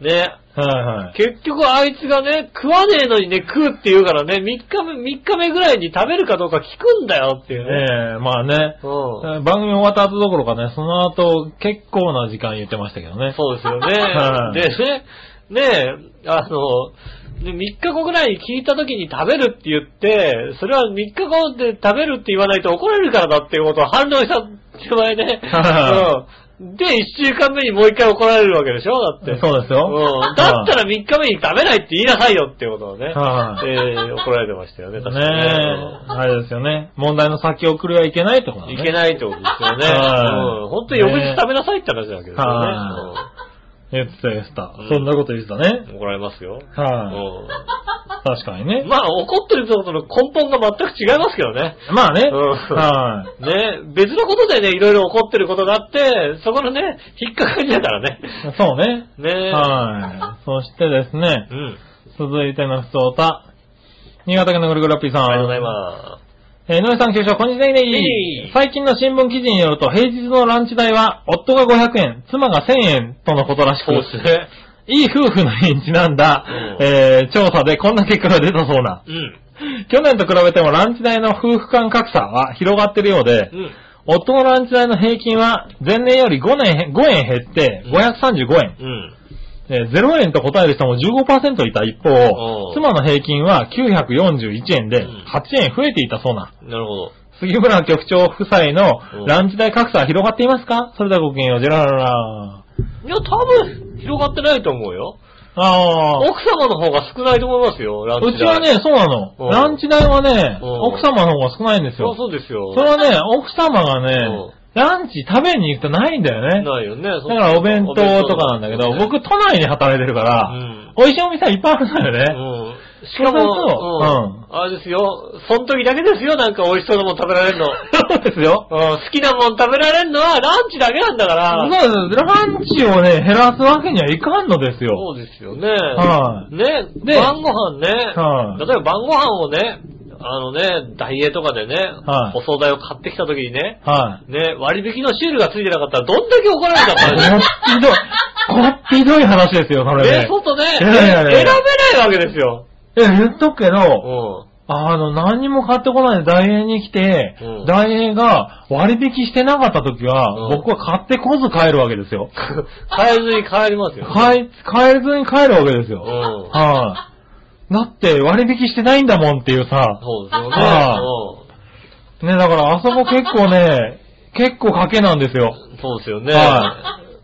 S3: ね。
S2: ね。
S3: はいはい。
S2: 結局あいつがね、食わねえのにね、食うって言うからね、3日目、三日目ぐらいに食べるかどうか聞くんだよっていうね。
S3: ええまあね。
S2: う
S3: え
S2: ん。
S3: ー番組終わった後どころかね、その後結構な時間言ってましたけどね。
S2: そうですよね。
S3: はい
S2: でね、ねえ、あの、3日後ぐらいに聞いた時に食べるって言って、それは3日後で食べるって言わないと怒られるからだっていうことを反論した手前ね。
S3: は
S2: うん。で、1週間目にもう1回怒られるわけでしょだって。
S3: そうですよ。
S2: うん。だったら3日目に食べないって言いなさいよっていうことをね。
S3: はい
S2: えー怒られてましたよね、確か
S3: ね
S2: にね
S3: え、あれですよね。問題の先送りはいけないってことだ
S2: うん
S3: ね。
S2: いけないってことですよね。
S3: はい
S2: うん。本当に翌日食べなさいって話なわけですよね
S3: は。言ってた言ってた
S2: うん。
S3: そんなこと言ってたね。
S2: うん怒られますよ。
S3: はい、
S2: うん。
S3: 確かにね。
S2: まあ、怒ってることの根本が全く違いますけどね。
S3: まあね。
S2: うん
S3: はい、
S2: ね、別のことでね、いろいろ怒ってることがあって、そこのね、引っかかりだからね。
S3: そうね。
S2: ね
S3: はい、そしてですね
S2: う、ん。
S3: 続いての不相た。新潟県のぐるぐるラッピーさん。
S2: ありがとうございま
S3: えー井上さん、局長、こんにちはね
S2: いい
S3: 最近の新聞記事によると、平日のランチ代は、夫が500円、妻が1000円とのことらし
S2: す。
S3: く、
S2: そうですね。
S3: いい夫婦の日にちなんだ、
S2: うん
S3: えー調査でこんな結果が出たそうな。
S2: うん。
S3: 去年と比べてもランチ代の夫婦間格差は広がってるようで、
S2: うん。
S3: 夫のランチ代の平均は前年より5年へ、5円減って
S2: うん
S3: 535円、
S2: うん。
S3: えー0円と答える人も15%いた一
S2: お
S3: 方
S2: う、
S3: 妻の平均は941円で8
S2: うん
S3: 円増えていたそうな。
S2: なるほど。
S3: 杉村局長夫妻
S2: うん
S3: のランチ代格差は広がっていますかそれではごきげんよう、ジェラララ。
S2: いや、多分、広がってないと思うよ。
S3: あー。
S2: 奥様の方が少ないと思いますよ、ランチ代
S3: うちは、ね、そうな
S2: うん
S3: の。ランチ代はね、
S2: うん
S3: 奥様の方が少ないんです
S2: そりゃ
S3: よ。
S2: そうですよ。
S3: それはね、奥様がね
S2: うん、
S3: ランチ食べに行くとないんだよね。
S2: ないよね。だ
S3: だからお弁当とかなんだけど、僕都内に働いてるか
S2: う
S3: ら、
S2: ん。
S3: 美味しいお店はいっぱいあるんだよね。
S2: うんしか
S3: そう
S2: も、うんあれですよ、その時だけですよ、なんか美味しそうなもん食べられるの。
S3: そうですよ。
S2: うん好きなもん食べられるのはランチだけなんだから。
S3: そうです。ランチをね、減らすわけにはいかんのですよ。
S2: そうですよね。
S3: はい
S2: ね、
S3: で
S2: 晩ご飯ね、
S3: はい
S2: 例えば晩ご飯をね、あのね、ダイエーとかでね、
S3: はい
S2: お惣菜を買ってきた時にね、
S3: はい。
S2: ね、割引のシールがついてなかったらどんだけ怒られた
S3: こ
S2: かね。
S3: っぴどい、こっぴどい話ですよ、そ
S2: ね
S3: れね、。
S2: 外ね、
S3: いやいやいやいや
S2: 選べないわけですよ。
S3: え、言っとくけ
S2: う
S3: ど、
S2: ん。 <laughs>
S3: あの、何も買ってこないで大英に来て
S2: うん、
S3: 大英が割引してなかった時は、
S2: うん
S3: 僕は買ってこず帰るわけですよ。
S2: 変えずに帰りますよ。
S3: 買い、買えずに帰るわけですよ。
S2: う
S3: はい、
S2: ん。
S3: だって割引してないんだもんっていうさ、
S2: そうですよね。
S3: は
S2: うん
S3: ね、だからあそこ結構ね、 <laughs> 結構賭けなんですよ。
S2: そうですよね。
S3: は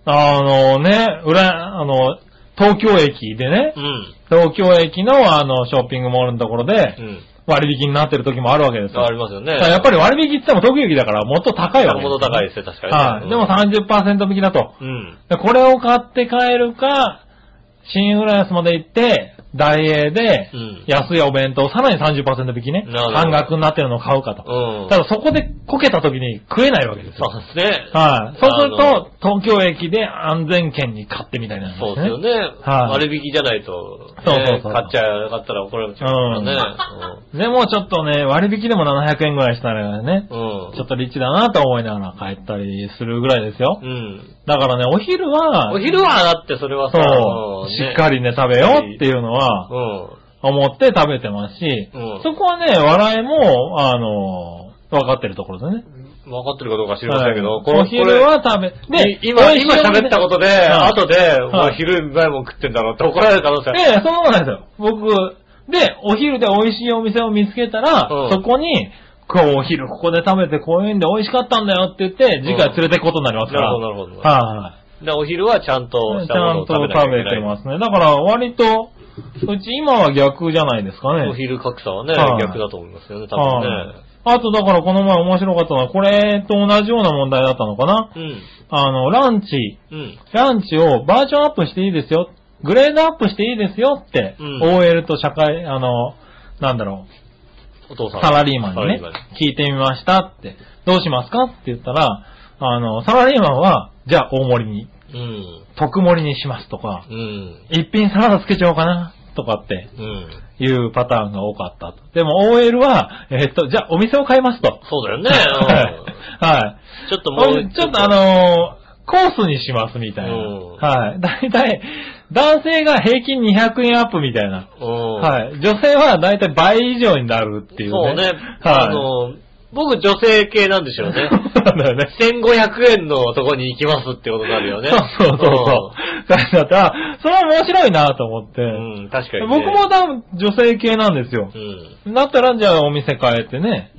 S3: あのね、裏、あの、東京駅でね
S2: う、ん。
S3: 東京駅のあの、ショッピングモールのところ
S2: う
S3: で
S2: ん。
S3: 割引になってる時もあるわけですよ。
S2: ありますよね。
S3: だからやっぱり割引って言っても東京駅だからもっと高いわけ
S2: 物高いですね、確かにね。
S3: はい、でも30%引きだと。
S2: うん。
S3: でこれを買って帰るか、新浦安まで行って、大英で
S2: うん、
S3: 安いお弁当、さらに30%引きね
S2: なるほ、ど
S3: 半額になってるのを買うかと。
S2: うん。
S3: ただそこでこけた時に食えないわけです
S2: そ
S3: よ。
S2: うですね。
S3: はい。そうする
S2: あの
S3: と、東京駅で安全券に買ってみたいな、
S2: そうですよ。ね。割引じゃないと、ね
S3: そうそうそう
S2: 買っちゃなかったら怒られちゃうからね。
S3: でもちょっとね、割引でも700円ぐらいしたらね、
S2: うん。うん
S3: ちょっとリッチだなと思いながら帰ったりするぐらいですよ
S2: う。ん。
S3: だからね、お昼は、
S2: お昼はだってそれはさ、
S3: そう、しっか
S2: り。
S3: りね、食べようっていうのは、
S2: うん。
S3: 思って食べてますし
S2: うん、
S3: そこはね、笑いも、あの、分かってるところですね。
S2: 分かってるかどうか知りませんけど、
S3: はい
S2: この
S3: お昼は食べ、
S2: ね
S3: ね、、
S2: 今、今喋ったことで、
S3: はい
S2: 後で、お
S3: はい
S2: 前昼前も食ってんだろうって怒られる可能性ある。
S3: ええ、そんなことないですよ。僕、で、お昼で美味しいお店を見つけたら、
S2: うん
S3: そこに、今日お昼ここで食べて公園で美味しかったんだよって言って、次回連れていくことになりますから。
S2: うんなるほどなるほど
S3: はい、
S2: でお昼はちゃんとし
S3: ち
S2: た
S3: ゃ
S2: もの
S3: ん
S2: を
S3: と
S2: 食べ
S3: 食
S2: なきゃいけ
S3: べ
S2: ない。
S3: てますね。だから割と、うち今は逆じゃないですかね。
S2: お昼格差はね、
S3: はい
S2: 逆だと思いますよね、多分
S3: はい
S2: ね。
S3: あとだからこの前面白かったのは、これと同じような問題だったのかな。
S2: うん。
S3: あの、ランチ、
S2: うん。
S3: ランチをバージョンアップしていいですよ。グレードアップしていいですよって、
S2: うん
S3: OL と社会、あの、なんだろう、
S2: お父さん。
S3: サラリーマンにね
S2: サラリーマ、
S3: 聞いてみましたって、どうしますかって言ったら、あの、サラリーマンは、じゃあ大盛りに、
S2: うん。
S3: 特盛りにしますとか、
S2: うん。
S3: 一品サラダつけちゃおうかな、とかって
S2: うん。
S3: いうパターンが多かったと。でも OL は、えっと、じゃあお店を変えますと。
S2: そう
S3: <laughs>
S2: だよね。
S3: は
S2: うんちょっともう
S3: い。。ちょっとあ、のーコースにしますみたいな。
S2: うん
S3: はい。 <laughs> だいたい、男性が平均200円アップみたいな。
S2: うん。
S3: はい。女性はだいたい倍以上になるっていうね。
S2: そうね。
S3: はい。。
S2: あの、僕女性系なんでしょうね
S3: <laughs> そうなんだよね。
S2: 1500円のとこに行きますってことになるよね。
S3: <laughs> そうそうそうそう。だから、あそれは面白いなと思って。
S2: うん。うん、確かに、ね。
S3: 僕も多分女性系なんですよ
S2: う。ん。
S3: だったら、じゃあお店変えてね、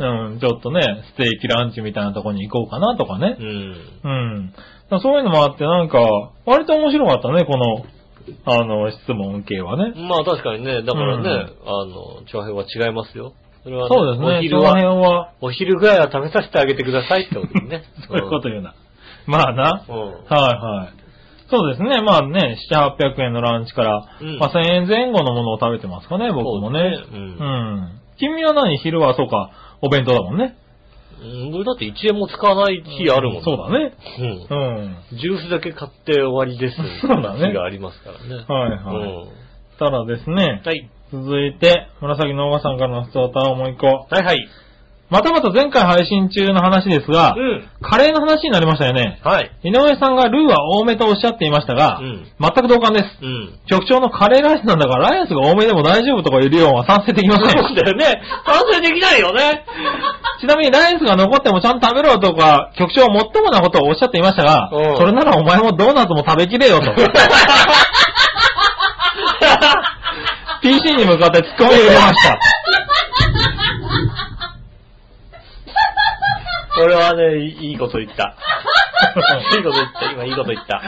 S2: うん。
S3: うん、ちょっとね、ステーキランチみたいなとこに行こうかなとかね
S2: う。ん。
S3: うん。だからそういうのもあって、なんか、割と面白かったね、この、あの、質問系はね。
S2: まあ確かにね、だからね、あの、長編は違いますよ。それは
S3: そうです
S2: お
S3: ね、そ
S2: 昼
S3: の辺
S2: は、 <laughs>
S3: は、。
S2: お昼ぐらいは食べさせてあげてくださいってことですね
S3: そういうこと言うな。まあな。
S2: うん。うん。
S3: はいはい。そうですね。まあね、7、800円のランチから、
S2: うん
S3: まあ1000円前後のものを食べてますかね、僕もね。
S2: そうですね
S3: う。
S2: うん
S3: 君は何昼はそうか、お弁当だもんね。
S2: うんだって1円も使わない日あるもん
S3: そうだ。ね。
S2: うん
S3: う。ん。
S2: ジュースだけ買って終わりです。
S3: そうだね
S2: 日がありますからね。
S3: はいはいただですね
S2: うん。、はい。
S3: 続いて、紫のおばさんからのストーターをもう一個。
S2: はいはい。
S3: またまた前回配信中の話ですが、
S2: うん。
S3: カレーの話になりましたよね。
S2: はい。
S3: 井上さんがルーは多めとおっしゃっていましたが、
S2: うん
S3: 全く同感です。
S2: うん。
S3: 局長のカレーライスなんだから、ライスが多めでも大丈夫とかいう理論は賛成できま
S2: そう
S3: せん。
S2: だよね。完成できないよね。
S3: <laughs> ちなみにライスが残ってもちゃんと食べろとか、局長はもっともなことをおっしゃっていましたが、
S2: うん
S3: それならお前もドーナツも食べきれ
S2: <laughs>
S3: よと。PC に向かって突っ込みを入れ
S2: <laughs>
S3: ました。
S2: これはね、いいいこと言 <laughs> った。いいこと言った。今いいこと言った。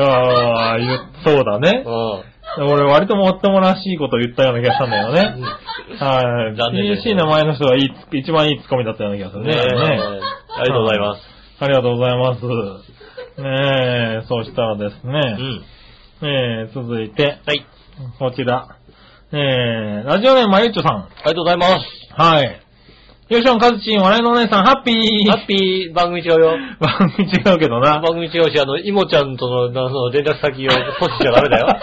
S3: ああ、言そうだね。
S2: う
S3: 俺割ともっともらしいことを言ったような気がしたんだよ
S2: ん。
S3: ね。はい。
S2: 残念です
S3: PC の前の人はいいツッコ、一番いいツッコミだったような気がするね。
S2: ねえありがとうございます。
S3: ありがとうございます。ねえ、そうしたらです
S2: う
S3: ね、
S2: ん。
S3: えー続いて、
S2: はい。
S3: こちら。えー、ラジオネームまゆっちょさん。
S2: ありがとうございます。
S3: はい。よしおんかずちん、笑いのお姉さん、ハッピー
S2: ハッピー番組違うよ。
S3: <laughs> 番組違うけどな
S2: 番。組違うし、あの、いもちゃんとのあの連絡先を阻止しちゃダメ <laughs> だよ。
S3: <laughs>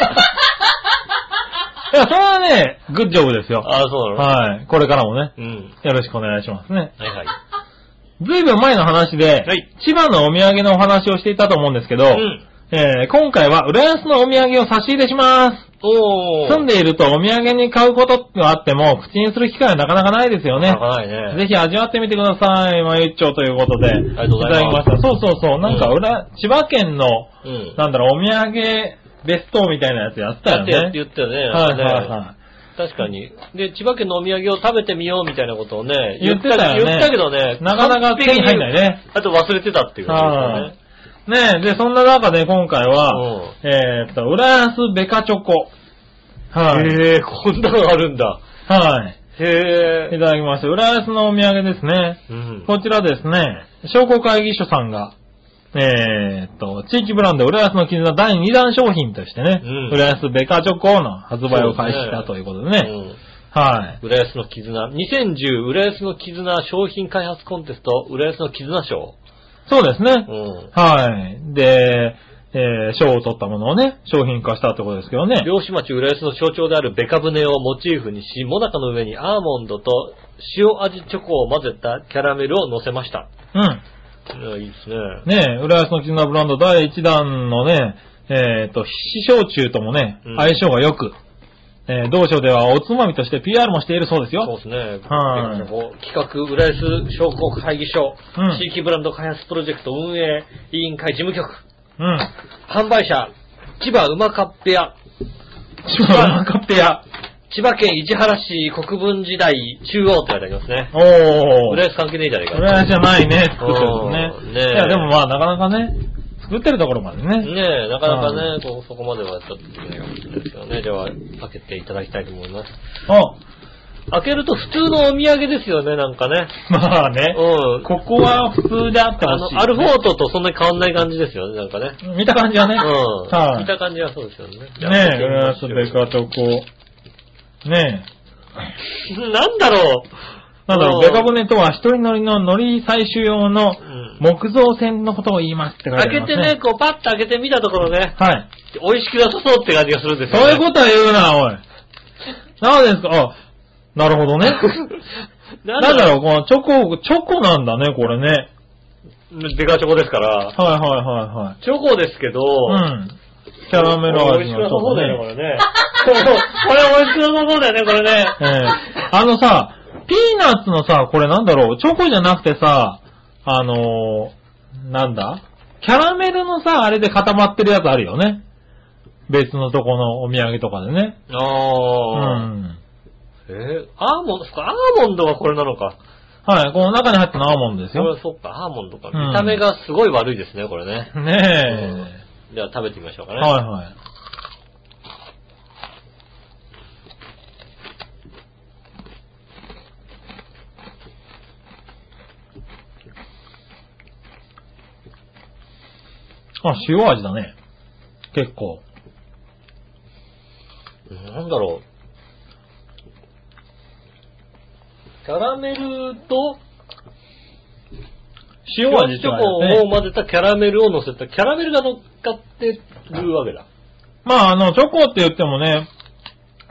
S3: いや、それはね、グッジョブですよ。
S2: ああ、そうなの
S3: はい。これからもね、
S2: うん。
S3: よろしくお願いしますね。
S2: はいはい。
S3: ずいぶん前の話で、
S2: はい
S3: 千葉のお土産のお話をしていたと思うんですけど、
S2: うん。
S3: えー今回は浦安のお土産を差し入れします。
S2: おー。
S3: 住んでいるとお土産に買うことがあっても、口にする機会はなかなかないですよね
S2: な。かないね。
S3: ぜひ味わってみてください。まゆっちょということで。あり
S2: がとうございます
S3: ただきました。そうそうそう。なんか
S2: うん
S3: 裏、千葉県の、
S2: うん。
S3: なんだろう、お土産ベストみたいなやつやった
S2: だ
S3: よ
S2: ってやって言
S3: ね。
S2: ったよね。
S3: は
S2: な
S3: い
S2: んか
S3: はい
S2: ね
S3: は
S2: 確かに。で、千葉県のお土産を食べてみようみたいなことをね、
S3: 言ってたよね
S2: 言ったけどね、
S3: い。なかなか手に入んないね。
S2: あと忘れてたっていうことですよね。
S3: ねえ、で、そんな中で今回
S2: う
S3: は、えーっと、浦安ベカチョコ。はい。
S2: へえ、こんなのあるんだ。
S3: はい。
S2: へ
S3: い
S2: え。
S3: ただきました。浦安のお土産ですね。
S2: うん。
S3: こちらですね、商工会議所さんが、えーっと、地域ブランド、浦安の絆第2弾商品としてね、
S2: うん
S3: 浦安ベカチョコの発売を開始した
S2: そ
S3: ということで
S2: う
S3: ね、
S2: ん
S3: はい。
S2: 浦安の絆。2010浦安の絆商品開発コンテスト、浦安の絆賞。
S3: そうですね。
S2: うん。
S3: はい。で、えー賞を取ったものをね、商品化したってことですけどね。
S2: 漁師町浦安の象徴であるベカ舟をモチーフにし、もなかの上にアーモンドと塩味チョコを混ぜたキャラメルを乗せました。
S3: うん。
S2: うんいいですね。
S3: ねえ、浦安の絆ブランド第1弾のね、えっ、と、必死焼酎ともね
S2: うん、
S3: 相性が良く、えー同省ではおつまみとして PR もしているそうです
S2: そう
S3: よ。
S2: ですね。
S3: はい
S2: 企画、浦安商工会議所、
S3: うん
S2: 地域ブランド開発プロジェクト運営委員会事務局、 <laughs>
S3: うん。
S2: 販売者、千葉うまかっぺ屋、
S3: しばらかってや。
S2: 千葉県市原市国分時代中央って書いてありますね。
S3: おー。
S2: 浦安関係ねえじゃねえか。
S3: 浦安じゃないね、作ってるの
S2: うん
S3: ね。
S2: ねえ
S3: いや、でもまあ、なかなかね、作ってるところまでね。
S2: ねえ、なかなかね、こうそこまではちょっとできないかもしれないですけどね。では、開けていただきたいと思います。
S3: お
S2: 開けると普通のお土産ですよね、なんかね。
S3: まあね、
S2: うん。
S3: ここは普通であって
S2: あ
S3: ほしい。
S2: の、アルフォートとそんなに変わんない感じですよね、なんかね。
S3: 見た感じはね。
S2: うん。
S3: はい。
S2: 見た感じはそうですよね。ね
S3: ねえ、浦安ベカチョコ。ねえ。
S2: なんだろう。
S3: なんだ
S2: う
S3: ろう、
S2: ん
S3: ベカ舟とは一人乗りの乗り採取用
S2: う
S3: の
S2: ん
S3: 木造船のことを言いますって書いてあ
S2: 開け
S3: ります
S2: て
S3: ね。
S2: ね、こうパッと開けてみたところね、
S3: はい。
S2: 美味しくなさそうって感じがするんですよ、ね。
S3: そういうことは言うな、おい。なんですかあ、なるほ
S2: <laughs>
S3: どね。
S2: とな
S3: なん
S2: んだ
S3: だ
S2: ろ
S3: ろう、このチョコ、チョコなんだね、これね。
S2: う。デカチョコですから。
S3: はいはいはいはい。
S2: チョコですけど、
S3: うん。キャラメル味
S2: 美
S3: のチョコ
S2: 味しくなさそうだよね、こ
S3: ね。
S2: れね。こ
S3: <laughs>
S2: れ美味しくなさそうだよね、これね。
S3: ええあのさ、ピーナッツのさ、これなんだろう、チョコじゃなくてさ、あのーなんだキャラメルのさ、あれで固まってるやつあるよね。別のとこのお土産とかでね。う
S2: ああ、
S3: ん。
S2: えーアーモンド、そっか、アーモンドがこれなのか。
S3: はい、この中に入ったのアーモンドです
S2: それ
S3: よ。
S2: はそっか、アーモンドか。
S3: うん
S2: 見た目がすごい悪いですね、これね。
S3: ね
S2: では食べてみましょうか
S3: え。
S2: ね。
S3: はいはい。あ、塩味だね。結構。
S2: なんだろう。キャラメルと、
S3: 塩味
S2: チ
S3: と
S2: ョ
S3: か
S2: コを
S3: ね。
S2: 混ぜたキャラメルを乗せた、キャラメルが乗っかってるわけだ。
S3: まあ、あの、チョコって言ってもね、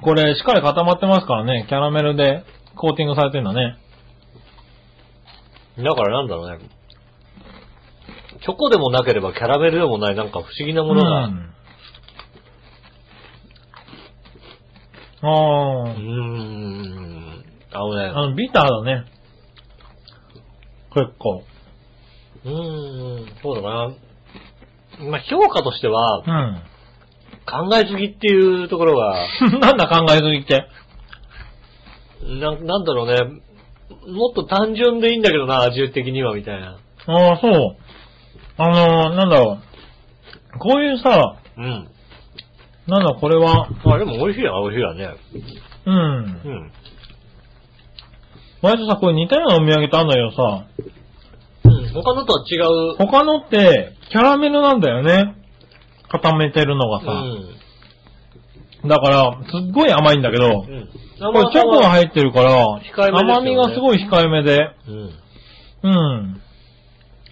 S3: これしっかり固まってますからね、キャラメルでコーティングされてるんだね。
S2: だからなんだろうね。チョコでもなければキャラメルでもない、なんか不思議な
S3: う。
S2: ものが。うんー
S3: あ
S2: ん。あの
S3: あ、あ
S2: ね。
S3: の、ビターだね。結構。
S2: うーん、そうだな。まあ、評価としては
S3: う、ん。
S2: 考えすぎっていうところが、
S3: <laughs> なんだ考えすぎて。
S2: なんなんだろうね。もっと単純でいいんだけどな、味的には、みたいな。
S3: ああ、そう。あのー、なんだろう。こういうさ、
S2: うん。
S3: なんだこれは、
S2: あ、でも美味しいや、美味しいやね。
S3: うん
S2: う。ん。
S3: 割とさ、これ似たようなお土産ってあるんだけどさ、
S2: うん、他のとは違う。
S3: 他のって、キャラメルなんだよね。固めてるのが
S2: う
S3: さ。
S2: ん。
S3: だから、すっごい甘いんだけど
S2: う、ん。
S3: これチョコが入ってるから、
S2: 控えめですよね
S3: 甘みがすごい控えめで、
S2: うん。
S3: うん。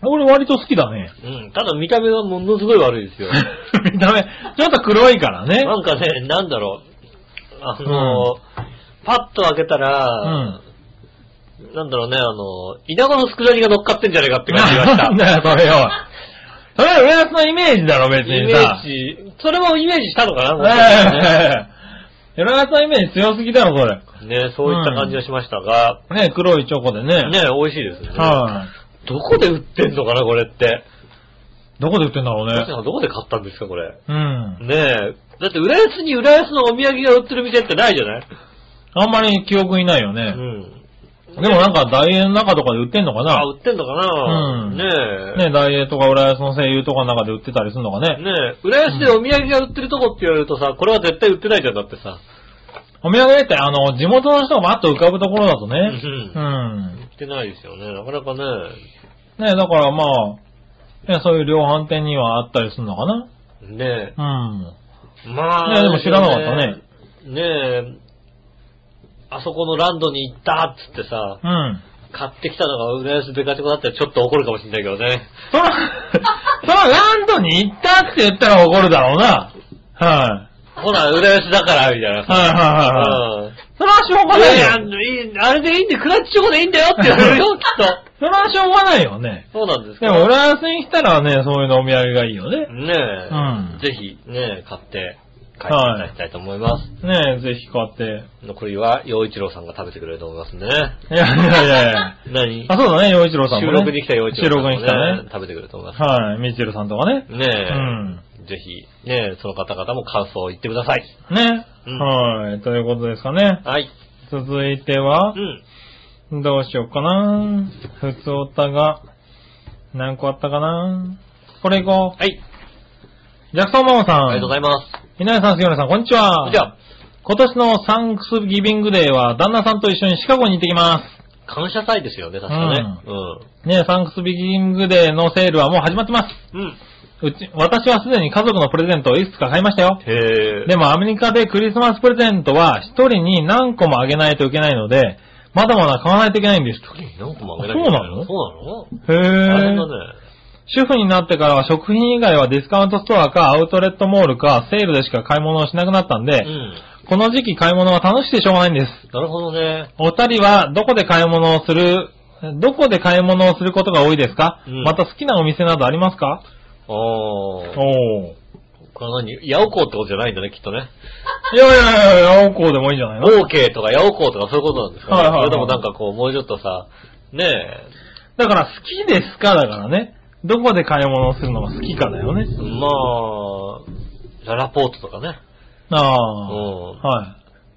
S3: 俺割と好きだね。
S2: うん。ただ見た目はものすごい悪いですよ。
S3: <laughs> 見た目、ちょっと黒いからね。
S2: なんかね、なんだろう。あの、パッと開けたら、なんだろうね、あの、稲子の佃煮が乗っかってんじゃないかって感じがし
S3: <laughs> なん
S2: た。
S3: だよ、それよ。それは浦安のイメージだろ、別
S2: イ
S3: に
S2: メ
S3: さ。
S2: ージ、それもイメージしたのかな、
S3: ええ <laughs> 浦安のイメージ強すぎだろ、それ。
S2: ね、そういった感じがしましたが、
S3: ね、黒いチョコでね。
S2: ね、美味しいですね。
S3: は
S2: どこで売ってんのかな、これって。
S3: い。どこで売ってんだろう
S2: 皆
S3: ね
S2: さ。んどこで買ったんですか、これ。
S3: うん。
S2: ねえ。だって、浦安に浦安のお土産が売ってる店ってないじゃない
S3: あんまり記憶にないよ
S2: う
S3: ね。
S2: ん。
S3: でもなんか、ダイエーの中とかで売ってんのか
S2: あ、
S3: な
S2: 売ってんのかな
S3: うん
S2: ねえ。
S3: ね、ダイエーとか浦安の声優とかの中で売ってたりするのかね。
S2: ねえ、浦安でお土産が売ってるとこって言われるとさ、これは絶対売ってないじゃん、だってさ。
S3: お土産って、あの、地元の人がバッと浮かぶところだとね。
S2: う
S3: うん。
S2: 売ってないですよね、なかなかね。
S3: ね、だからまあ、いやそういう量販店にはあったりするのかな
S2: ね
S3: うん。
S2: え。まあ。
S3: いやでも知らなかったね
S2: ねえ。あそこのランドに行ったっつってさ、
S3: うん。
S2: 買ってきたのが浦安ベカチョコだったらちょっと怒るかもしれないけどね。
S3: そら、
S2: <laughs>
S3: そらランドに行ったって言ったら怒るだろうな。は、
S2: ほら、浦安だから、みたいない
S3: はい
S2: さ。
S3: はいはいはい。
S2: うん。
S3: それはしょうが
S2: い
S3: ない
S2: やい
S3: よ。
S2: やいいあれでいいんで、クラッチチョコでいいんだよって言われる
S3: <laughs>
S2: よ、きっと。
S3: それはしょうがないよね。
S2: そうなんですか
S3: でも、浦安に来たらね、そういうのお土産がいいよね。
S2: ねえ、
S3: うん
S2: ぜひね、買って帰っていただきたいと思います。
S3: ねえ、ぜひ買って。
S2: 残りは、陽一郎さんが食べてくれると思いますんでね。
S3: いやいやいやいや。
S2: 何
S3: あ、そうだね、洋一郎さん
S2: 収
S3: も、ね。
S2: 録に来た陽一郎さんも、ね。
S3: 収録に来たね。
S2: 食べてくれると思います。
S3: はい、ミッチェルさんとかね。
S2: ねえ、
S3: うん
S2: ぜひ、ねえ、その方々も感想を言ってください。
S3: ね。
S2: うん
S3: はい、ということですかね。
S2: はい。
S3: 続いては
S2: う、ん。
S3: どうしようかな。普通おたが、何個あったかな。これいこ
S2: はい。
S3: う。ジャクソンママさん。
S2: ありがとうございます。
S3: 皆さん、杉村さん、こんにちは。
S2: じゃあ、
S3: 今年のサンクスギビングデーは、旦那さんと一緒にシカゴに行ってきま
S2: 感謝祭ですよね、確かね。
S3: す。ね、サンクスギビングデーのセールはもう始まってます。
S2: うん。うん。
S3: うち、私はすでに家族のプレゼントをいくつか買いましたよ。
S2: へえ。
S3: でもアメリカでクリスマスプレゼントは一人に何個もあげないといけないので、まだまだ買わないといけないんです。
S2: 何個もあげなきゃいけい
S3: あ
S2: そう
S3: へ
S2: なのあ
S3: ぇ
S2: れ
S3: ー
S2: だ。ね。
S3: 主婦になってからは食品以外はディスカウントストアかアウトレットモールかセールでしか買い物をしなくなったんで、
S2: うん。
S3: この時期買い物は楽しくてしょうがないんです。
S2: なるほどね。
S3: お二人はどこで買い物をする、どこで買い物をすることが多いですか、
S2: うん
S3: また好きなお店などありますか
S2: ああ。
S3: お
S2: これ何ヤオコーってことじゃないんだね、きっとね。
S3: いやいやいやいや、青子でもいいんじゃないの
S2: オーケーとかヤオコーとかそういうことなんですかね。
S3: はいはいはい
S2: それともなんかこう、もうちょっとさ、ねえ、
S3: だから好きですかだからね。どこで買い物をするのが好きかだよね。
S2: まあ、ララポートとかね。
S3: あ
S2: う
S3: あ。
S2: ん。
S3: は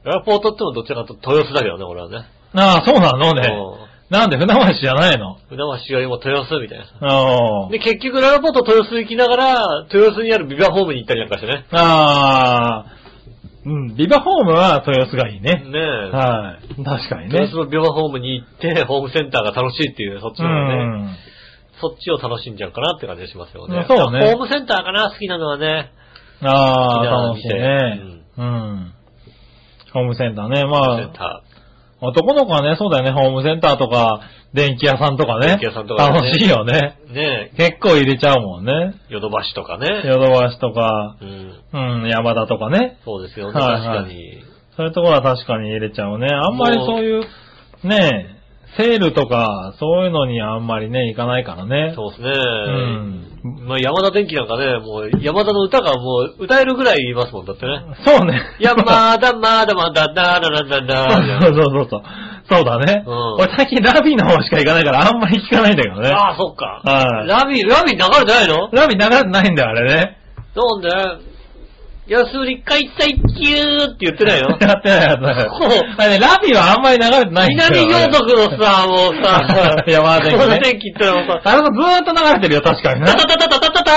S3: い。
S2: ララポートってもどっちかというと豊洲だけどね、俺はね。
S3: ああ、そうなのね。
S2: うん
S3: なんで船橋じゃないの
S2: 船橋よりも豊洲みたいな。
S3: あ
S2: で、結局ララポート豊洲行きながら、豊洲にあるビバホームに行ったりなんかしてね。
S3: あ。ああ。うん、ビバホームは豊洲がいいね。
S2: ねえ。
S3: はい。確かに
S2: 豊
S3: ね
S2: 洲。のビバホームに行って、 <laughs> ホームセンターが楽しいっていう、そっち
S3: う
S2: の方がね。
S3: ん。
S2: そっちを楽しんじゃうかなって感じがしますよね。
S3: そうね
S2: ホームセンターかな、好きなのはね。
S3: ああ、楽
S2: 好
S3: し
S2: き
S3: い
S2: な
S3: ね
S2: 店。
S3: うん。ホームセンターね。
S2: ホームセ
S3: ま
S2: ン
S3: あ、
S2: タ
S3: 男の子はね、そうだよね。ホームセンターとか、電気屋さんとかね。
S2: 電気屋さんとかね
S3: 楽しいよね。
S2: ー。ねえ、
S3: 結構入れちゃうもんね。
S2: ヨドバシとかね。
S3: ヨドバシとか、
S2: うん。
S3: うん、山田とかね。
S2: そうですよね、確
S3: はいはい
S2: かに。
S3: そういうところは確かに入れちゃうね。あんまりそういう、ねえ、セールとか、そういうのにあんまりね、行かないからね。
S2: そうですね。
S3: ん
S2: まあ、山田電機なんかね、もう、山田の歌がもう、歌えるぐらい言いますもん、だって
S3: <laughs>
S2: ね。
S3: そうね。
S2: 山田、まだまだ、だだだだだ
S3: <laughs> そうそうそうそう。そうだね。
S2: うん
S3: 俺最近ラビーの方しか行かないからあんまり聞かないんだけどね。
S2: ああ、そっか。
S3: はい
S2: ラビー、ラビー流れてないの
S3: ラビー流れてないんだよ、あれね。
S2: なんで安売り解体級って言ってない
S3: <laughs>
S2: の
S3: やってないやつだよ
S2: そう。
S3: あれね、ラビーはあんまり流れてないんだよ。、
S2: 南行徳のさ、もうさ
S3: <laughs> 山田電機ね
S2: 山田電機ってのもさ、
S3: あれもずーっと流れてるよ、確かにね
S2: <laughs> タ。タタタタタタタ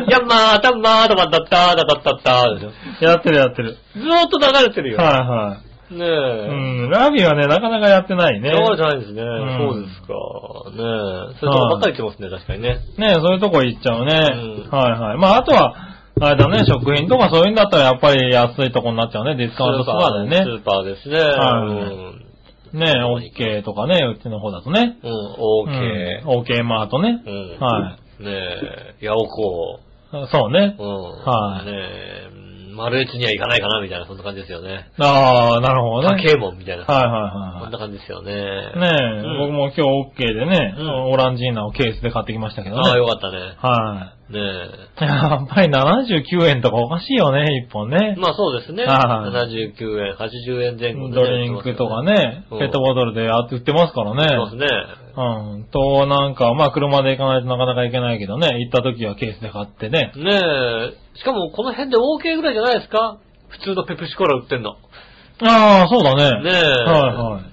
S3: <laughs>
S2: ーヤンマータンマータマタッタータタッタッターでしょ
S3: やってるやってる。
S2: ずーっと流れてるよ。
S3: はいはい。
S2: ね
S3: う
S2: え。
S3: ん、ラビーはね、なかなかやってないね。
S2: 流れてないですね。
S3: ん
S2: そうですか。ねえ。そういうとこばっかり言ってますね、確かにね。
S3: ねそういうとこ行っちゃうね。
S2: うん
S3: はいはい。まあ、あとは、あれだね、食品とかそういうんだったらやっぱり安いとこになっちゃうね。ディスカウントストアで
S2: スー
S3: ね。
S2: パーですね。
S3: はい
S2: ー
S3: ねえ、OK とかね、うちの方だとね。
S2: うん。うん、オーケー。
S3: OK マートね。
S2: うん。。
S3: はい
S2: ねえ、ヤオコ
S3: そうね
S2: ー。う。ん。
S3: はい
S2: ねえ、丸越には行かないかな、みたいな、そんな感じですよね。
S3: ああ、なるほど
S2: 家
S3: ね。
S2: 計門みたいな。
S3: はいはい
S2: こん
S3: は
S2: な感じですよね。
S3: いはい。ねえ、
S2: うん
S3: 僕も今日 OK でね、
S2: うん
S3: オランジーナをケースで買ってきましたけどね。
S2: ああ、よかったね。
S3: は
S2: ね
S3: い。やっぱり79円とかおかしいよね、一本
S2: え。
S3: ね。
S2: まあそうですね。
S3: はい
S2: 79円、80円前後でね、
S3: ドリンクとかね、
S2: うん
S3: ペットボトルでやって売ってますからね。
S2: そうですね。
S3: うん。と、なんか、まあ、車で行かないとなかなか行けないけどね、行った時はケースで買ってね。
S2: ねえ、しかもこの辺で OK ぐらいじゃないですか普通のペプシコーラ売ってんの。ね
S3: ああ、そうだね。
S2: え。
S3: はいは
S2: い。
S3: い。
S2: ね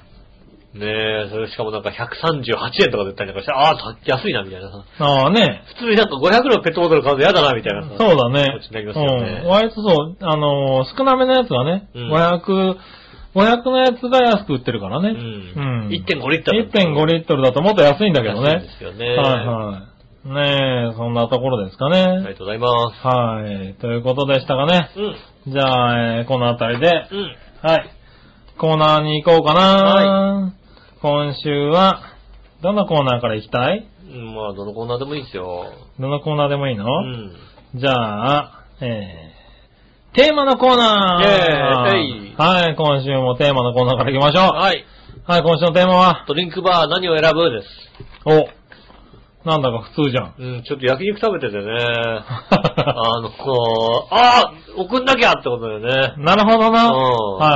S2: え、それしかもなんか138円とかで売ったりなんかして、ああ、た安いな、みたいなさ。
S3: ああね。
S2: 普通になんか500のペットボトル買うの嫌だな、みたいな
S3: そ
S2: さ。
S3: うだね
S2: こっちになりますよね
S3: うん。割とそう、あのー少なめのやつがね、
S2: うん
S3: 500、500のやつが安く売ってるからね。
S2: うん1.5リットル
S3: 1.5リットルだともっと安いんだけど
S2: 安いん
S3: ね
S2: で。すよね。
S3: はいはねえ、そんなところですかね。
S2: ありがとうございます。
S3: はい。ということでしたかね。
S2: うん。
S3: じゃあ、えーこのあたりで、
S2: うん。
S3: はい。コーナーに行こうかな、今週は、どのコーナーから行きたい
S2: うんまあ、どのコーナーでもいいですよ。
S3: どのコーナーでもいいの、
S2: うん。
S3: じゃあ、えー、テーマのコーナー
S2: イェーイ
S3: はい、今週もテーマのコーナーから行きましょう。
S2: はい。
S3: はい、今週のテーマは、
S2: ドリンクバー何を選ぶです。
S3: お、なんだか普通じゃん。
S2: うん、ちょっと焼肉食べてて
S3: <laughs>
S2: ね。あの、こう、あー送んなきゃってことだよね。
S3: <laughs> なるほど
S2: うん
S3: な。は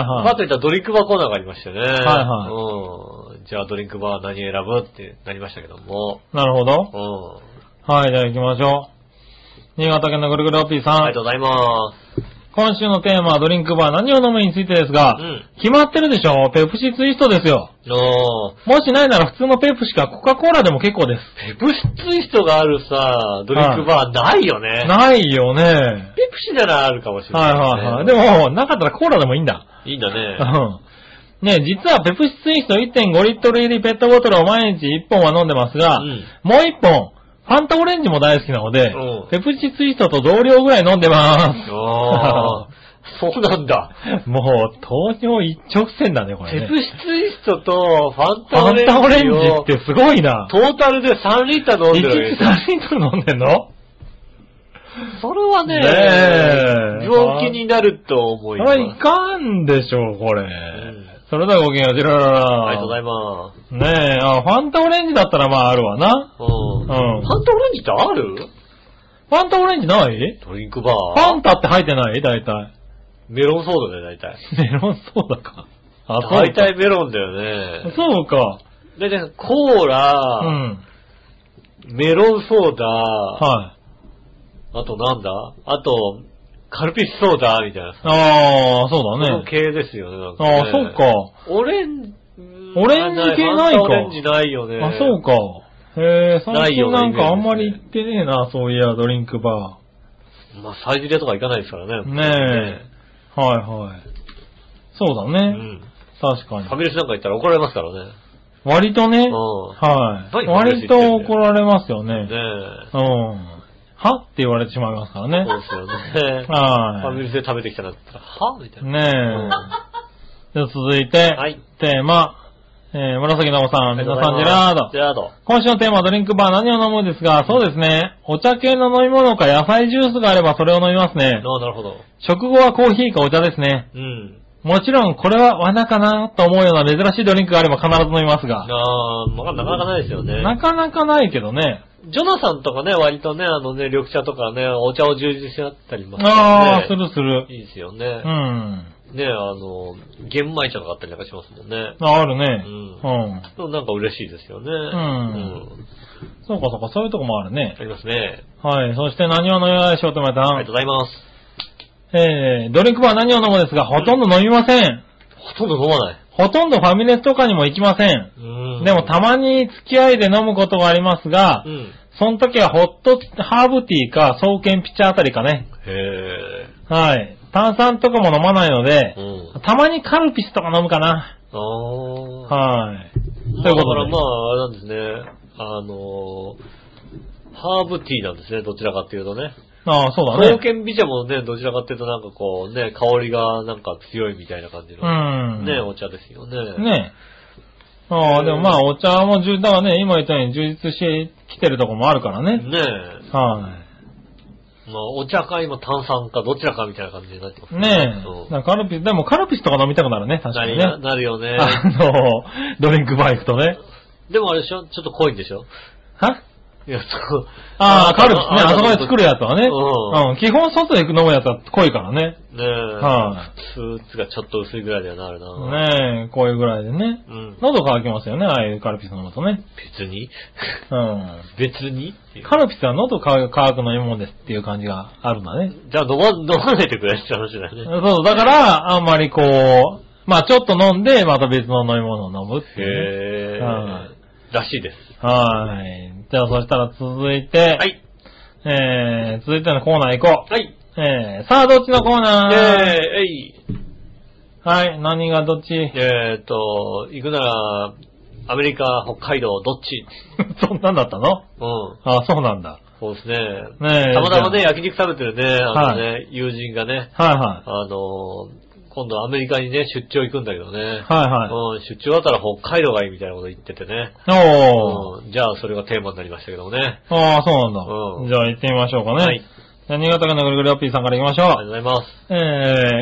S3: いはい
S2: パッと言ったらドリンクバーコーナーがありましてね。はい
S3: は
S2: うん。じゃあドリンクバー何選ぶってなりましたけども。
S3: なるほど。
S2: うん。
S3: はい、じゃあ行きましょう。新潟県のぐるぐるおっぴーさん。
S2: ありがとうございま
S3: 今週のテーマはドリンクバー何を飲むについてですが、
S2: うん
S3: 決まってるでしょペプシツイストですよ。
S2: す。おー
S3: もしないなら普通のペプシかコカ・コーラでも結構です。
S2: ペプシツイストがあるさ、ドリンクバーないよね。
S3: ないよね。
S2: ペプシならあるかもしれない
S3: は
S2: いね、
S3: はいはい。でも、なかったらコーラでもいいんだ。
S2: いいんだね。
S3: うん。ね実はペプシツイスト1.5リットル入りペットボトルを毎日1本は飲んでますが、
S2: うん
S3: もう1本、ファンタオレンジも大好きなので、
S2: うん
S3: ペプシツイストと同量ぐらい飲んでます。
S2: ああ、 <laughs> そうなんだ。
S3: もう、糖尿一直線だね、これ、
S2: ペ
S3: ね。
S2: プシツイストとファン
S3: フ
S2: タ
S3: ァ
S2: オ
S3: ン
S2: レ
S3: タオレン
S2: ンジ
S3: ジ
S2: を
S3: ってすごいな。
S2: トータルで3リッター飲ん
S3: 一
S2: でるわけで
S3: 日
S2: しょ
S3: 3リットル飲んでんの
S2: それはね
S3: ねえ
S2: 病気になると思
S3: こ
S2: います。
S3: れいかんでしょう、これ。
S2: ん
S3: それではごきげんよう、ジラララ。
S2: ありがとうござ
S3: い
S2: います。
S3: ます。ねえ、あ、ファンタオレンジだったらまああるわな。
S2: うん。フ
S3: うん
S2: ァンタオレンジってある
S3: ファンタオレンジない
S2: ドリンクバ
S3: フ
S2: ー。
S3: ァンタって入ってない大体。 <laughs>
S2: メロンソーダだよ、大体。
S3: メロンソーダか。あ、そうか
S2: 大体メロンだよね。
S3: そうか。
S2: 大体コー
S3: う
S2: ラ、
S3: ん。
S2: メロンソーダ、
S3: はい。
S2: あとなんだあと、カルピスソーダみたいなさ。
S3: ああ、そうだ
S2: その
S3: ね。
S2: 系ですよね、なんか、ね。
S3: ああ、そうか。
S2: オレンジ、
S3: オレンジ系ないか
S2: オレンジないよね。
S3: あ、そうか。へえ、
S2: な
S3: 最
S2: いよ
S3: 近
S2: う
S3: な
S2: なんイメージですね
S3: かあんまり行ってねえな、そういや、ドリンクバ
S2: まあ、サイゼリアとか行かないですからね。
S3: ねー。はいはい。そうだ
S2: えう
S3: ね。
S2: ん。
S3: 確
S2: ファ
S3: かに。
S2: ミレスなんか行ったら怒られますからね。
S3: 割とね
S2: う、ん。
S3: はい。
S2: 何これ
S3: 割と怒られますよ
S2: ね
S3: ね。
S2: え。
S3: うん。はって言われてしまいますからね
S2: そう。ですよね。ファミ
S3: は
S2: レスで食べてきたら、はみたい
S3: い。
S2: な。う
S3: ね
S2: ん
S3: え。じゃあ続いて
S2: はい、
S3: テーマ、えー紫のおさん、皆さん、ジェラード
S2: ジ。ェラード。
S3: 今週のテーマはドリンクバー何を飲むですが、そうですね。お茶系の飲み物か野菜ジュースがあればそれを飲みますね。
S2: ああ、なるほど。
S3: 食後はコーヒーかお茶ですね。
S2: うん。
S3: もちろんこれは罠かなと思うような珍しいドリンクがあれば必ず飲みますが。
S2: ああ、まあ、なかなかないですよね。
S3: なかなかないけどね。
S2: ジョナサンとかね、割とね、あのね、緑茶とかね、お茶を充実してあったりますから
S3: あ
S2: ね
S3: あ、す。るする。
S2: いいですよ
S3: う
S2: ね。
S3: ん。
S2: ねあの、玄米茶とかあったりなんかしますもんね。
S3: ああるね。
S2: う
S3: うん。
S2: でもなんか嬉しいですよね。うん
S3: そうかそうか、そういうとこもあるね
S2: あ。りますね。
S3: はい。そして何を飲みましょうとまた
S2: ありがとうございます。
S3: えー、ドリンクバー何を飲むですが、ほとんど飲みません。
S2: ほとんど飲まない。
S3: ほとんどファミレスとかにも行きません。
S2: うん
S3: でもたまに付き合いで飲むことがありますが
S2: う、ん。
S3: その時はホットハーブティーか、双剣ピッチャーあたりかね。
S2: へ
S3: はい。炭酸とかも飲まないので
S2: ぇー。う、ん。あ
S3: たまにカルピスとか飲むかな。
S2: あー。
S3: は
S2: ま
S3: い。
S2: あ
S3: ということで
S2: だからまあ、あれなんですね。あのー、ハーブティーなんですね、どちらかっていうとね。
S3: ああ、そうだ
S2: 刀
S3: ね。
S2: 剣美茶もね、どちらかっていうとなんかこうね、香りがなんか強いみたいな感じ
S3: う
S2: の、
S3: ん。
S2: ね、お茶ですよね。
S3: ねえ。ああ、でもまあ、お茶も充実、だからね、今言ったように充実してきてるとこもあるからね。
S2: ね
S3: は
S2: まあ、お茶か今炭酸かどちらかみたいな感じになってます
S3: い。ね
S2: そう
S3: え。だからカルピス、でもカルピスとか飲みたくなるね、確か
S2: な
S3: に
S2: り
S3: ね。
S2: ななるよ
S3: <laughs>
S2: ね。
S3: あの、ドリンクバー行くとね。
S2: でもあれでしょちょっと濃いんでしょ
S3: はい
S2: や、そう。
S3: ああ、カルピスね。あそこで作るやつはね。
S2: う
S3: うん。基本外で飲むやつは濃いからね。
S2: ねえ。
S3: は
S2: スーツがちょっと薄いぐらいだよな、あれな。
S3: ねえ、こういうぐらいでね。
S2: うん。
S3: 喉乾きますよね、ああいうカルピス飲むとね。
S2: 別に <laughs>
S3: うん。
S2: 別にっていう
S3: カルピスは喉乾く飲み物ですっていう感じがあるんだね。
S2: じゃあ飲ま、飲まないでくれって話だよね。
S3: そう、だから、あんまりこう、まあちょっと飲んで、また別の飲み物を飲むってい
S2: へ
S3: うね。
S2: え。
S3: は
S2: らしいです。
S3: はい。じゃあそしたら続いて、
S2: はい。
S3: えー、続いてのコーナー行こう。
S2: はい。
S3: えー、さあどっちのコーナ
S2: え
S3: ー
S2: ー、えい。
S3: はい、何がどっち <laughs>
S2: えーっと、行くなら、アメリカ、北海道、どっち
S3: そんなんだったの
S2: うん。
S3: あそうなんだ。
S2: そうですね。
S3: ねえ
S2: たまたまね、
S3: じゃ
S2: 焼肉食べてるね、あのね、友人がね、
S3: あはいは
S2: あの、今度アメリカにね、出張行くんだけどね。
S3: い。は
S2: うん、出張だったら北海道がいいみたいなこと言っててね。
S3: いはい。おー。
S2: うん、じゃあそれがテーマになりましたけどもね。
S3: ああ、そう
S2: う
S3: なんんだ。じゃあ行ってみましょうかね。
S2: はい。
S3: じゃあ新潟県のぐるぐるおっぴーさんから行きまし
S2: あ
S3: ょ
S2: り
S3: う。
S2: がとうございます。
S3: え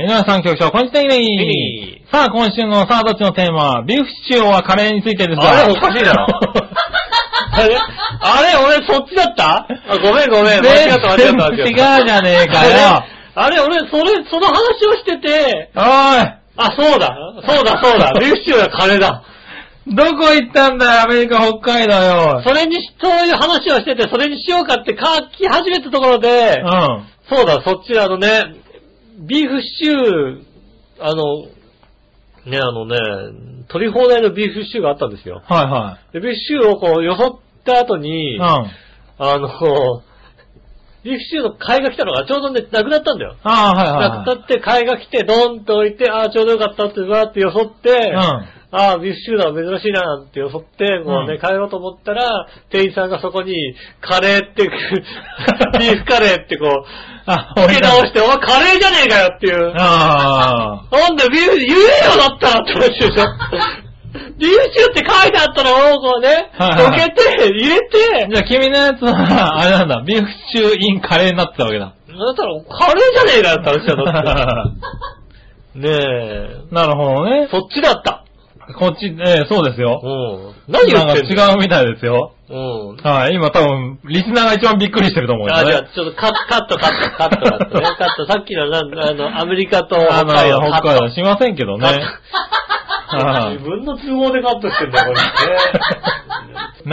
S3: ー、稲田さん局長、こんにちは、イレ
S2: イレ
S3: イ
S2: イ
S3: さあ、今週のさあ、どっちのテーマは、ビーフシチューはカレーについてです
S2: あれおかしいだろ
S3: あれあれ俺そっちだった
S2: あ、ごめんごめん、間違った間違った間違
S3: 全
S2: っ
S3: 然
S2: た。
S3: 違うじゃねえかよ。
S2: あれ、あれ俺、それ、その話をしてて、
S3: <laughs> お
S2: あ、そうだ、そうだ、そう
S3: <laughs>
S2: だ、ビーフシチューはカレーだ。
S3: いどこ行ったんだよ、アメリカ、北海道よ。
S2: それにし、そういう話をしてて、それにしようかって書き始めたところで
S3: う、ん。
S2: そうだ、そっちあのね、ビーフシチュー、あの、ね、あのね、取り放題のビーフシチューがあったんですよ。
S3: はいは
S2: でビーフシチューをこう、よそった後
S3: い。
S2: に、
S3: うん。
S2: あ
S3: あ
S2: の、ビーフシチューの買いが来たのがちょうどね、なくなったんだよ。な
S3: あ、はいは
S2: く
S3: いは
S2: なって、買いが来て、ドンと置いて、ああ、ちょうどよかったって、わーってよそって、
S3: い。うん。
S2: ああ、ビーフシチューだ、珍しいな、なんてよそって、もうね、
S3: うん
S2: 帰ろうと思ったら、店員さんがそこに、カレー
S3: <laughs>
S2: って、ビーフカレーってこう、
S3: あ、。
S2: 付け直してて、お前カレーじゃねえかよっていう。
S3: あ
S2: なんでビーフ、言えよだったらって話で
S3: <laughs>
S2: しょ。ビーフシチューって書いてあったら、もうこうね、
S3: はい
S2: ど
S3: はい
S2: けて、入れ
S3: あ。
S2: て、
S3: じゃあ君のやつは、あれなんだ、ビーフシチューインカレーになってたわけだ。
S2: だったら、カレーじゃねえかよって話だった。ねえ、
S3: なるほど <laughs> ね。
S2: そっちだった。
S3: こっち、えーそうですよ
S2: う。ん。何言ってんの
S3: なんか違うみたいですよ。
S2: うん。
S3: はい、今多分、リスナーが一番びっくりしてると思うよ、ね。
S2: あ、じゃあ、ちょっとカッカット、カット、カット、カット、
S3: <laughs>
S2: ね。カット、さっきの、なんあの、アメリカと
S3: あ
S2: 北
S3: の
S2: 海道、
S3: 北
S2: カッ
S3: 海道しませんけど
S2: ト。
S3: ね。
S2: カット <laughs>
S3: はい
S2: 自分の都合でカットしてんだよ、これね。そう
S3: <laughs> ね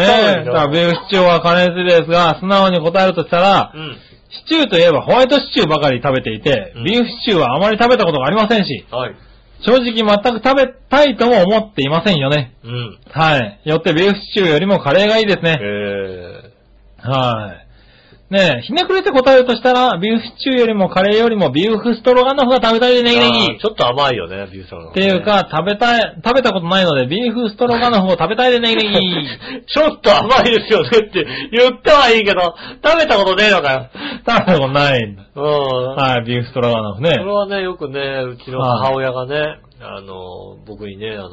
S3: え、
S2: よ
S3: さあ、ビーフシチューはカレーについてですが、素直に答えるとしたら
S2: う、ん。
S3: シチューといえばホワイトシチューばかり食べていて
S2: うん、
S3: ビーフシチューはあまり食べたことがありませんし、
S2: はい。
S3: 正直全く食べたいとも思っていませんよね。
S2: うん。
S3: はい。よってビーフシチューよりもカレーがいいですね。
S2: え
S3: はい。ねえ、ひねくれて答えるとしたら、ビーフシチューよりもカレーよりもビーフストロガノフが食べたいで
S2: ー
S3: ネギネギ。
S2: あーちょっと甘いよね、ビューさん。
S3: っていう、か、食べたい、食べたことないので、ビーフストロガノフを食べたいでネギネギ。
S2: <laughs> ちょっと甘いですよねって言ったはいいけど、食べたことねえのかよ。
S3: 食べたことないんだ。
S2: うん。
S3: はい、ビーフストロガノフね
S2: そ。れはね、よくね、うちの母親がね、あの、僕にね、あの、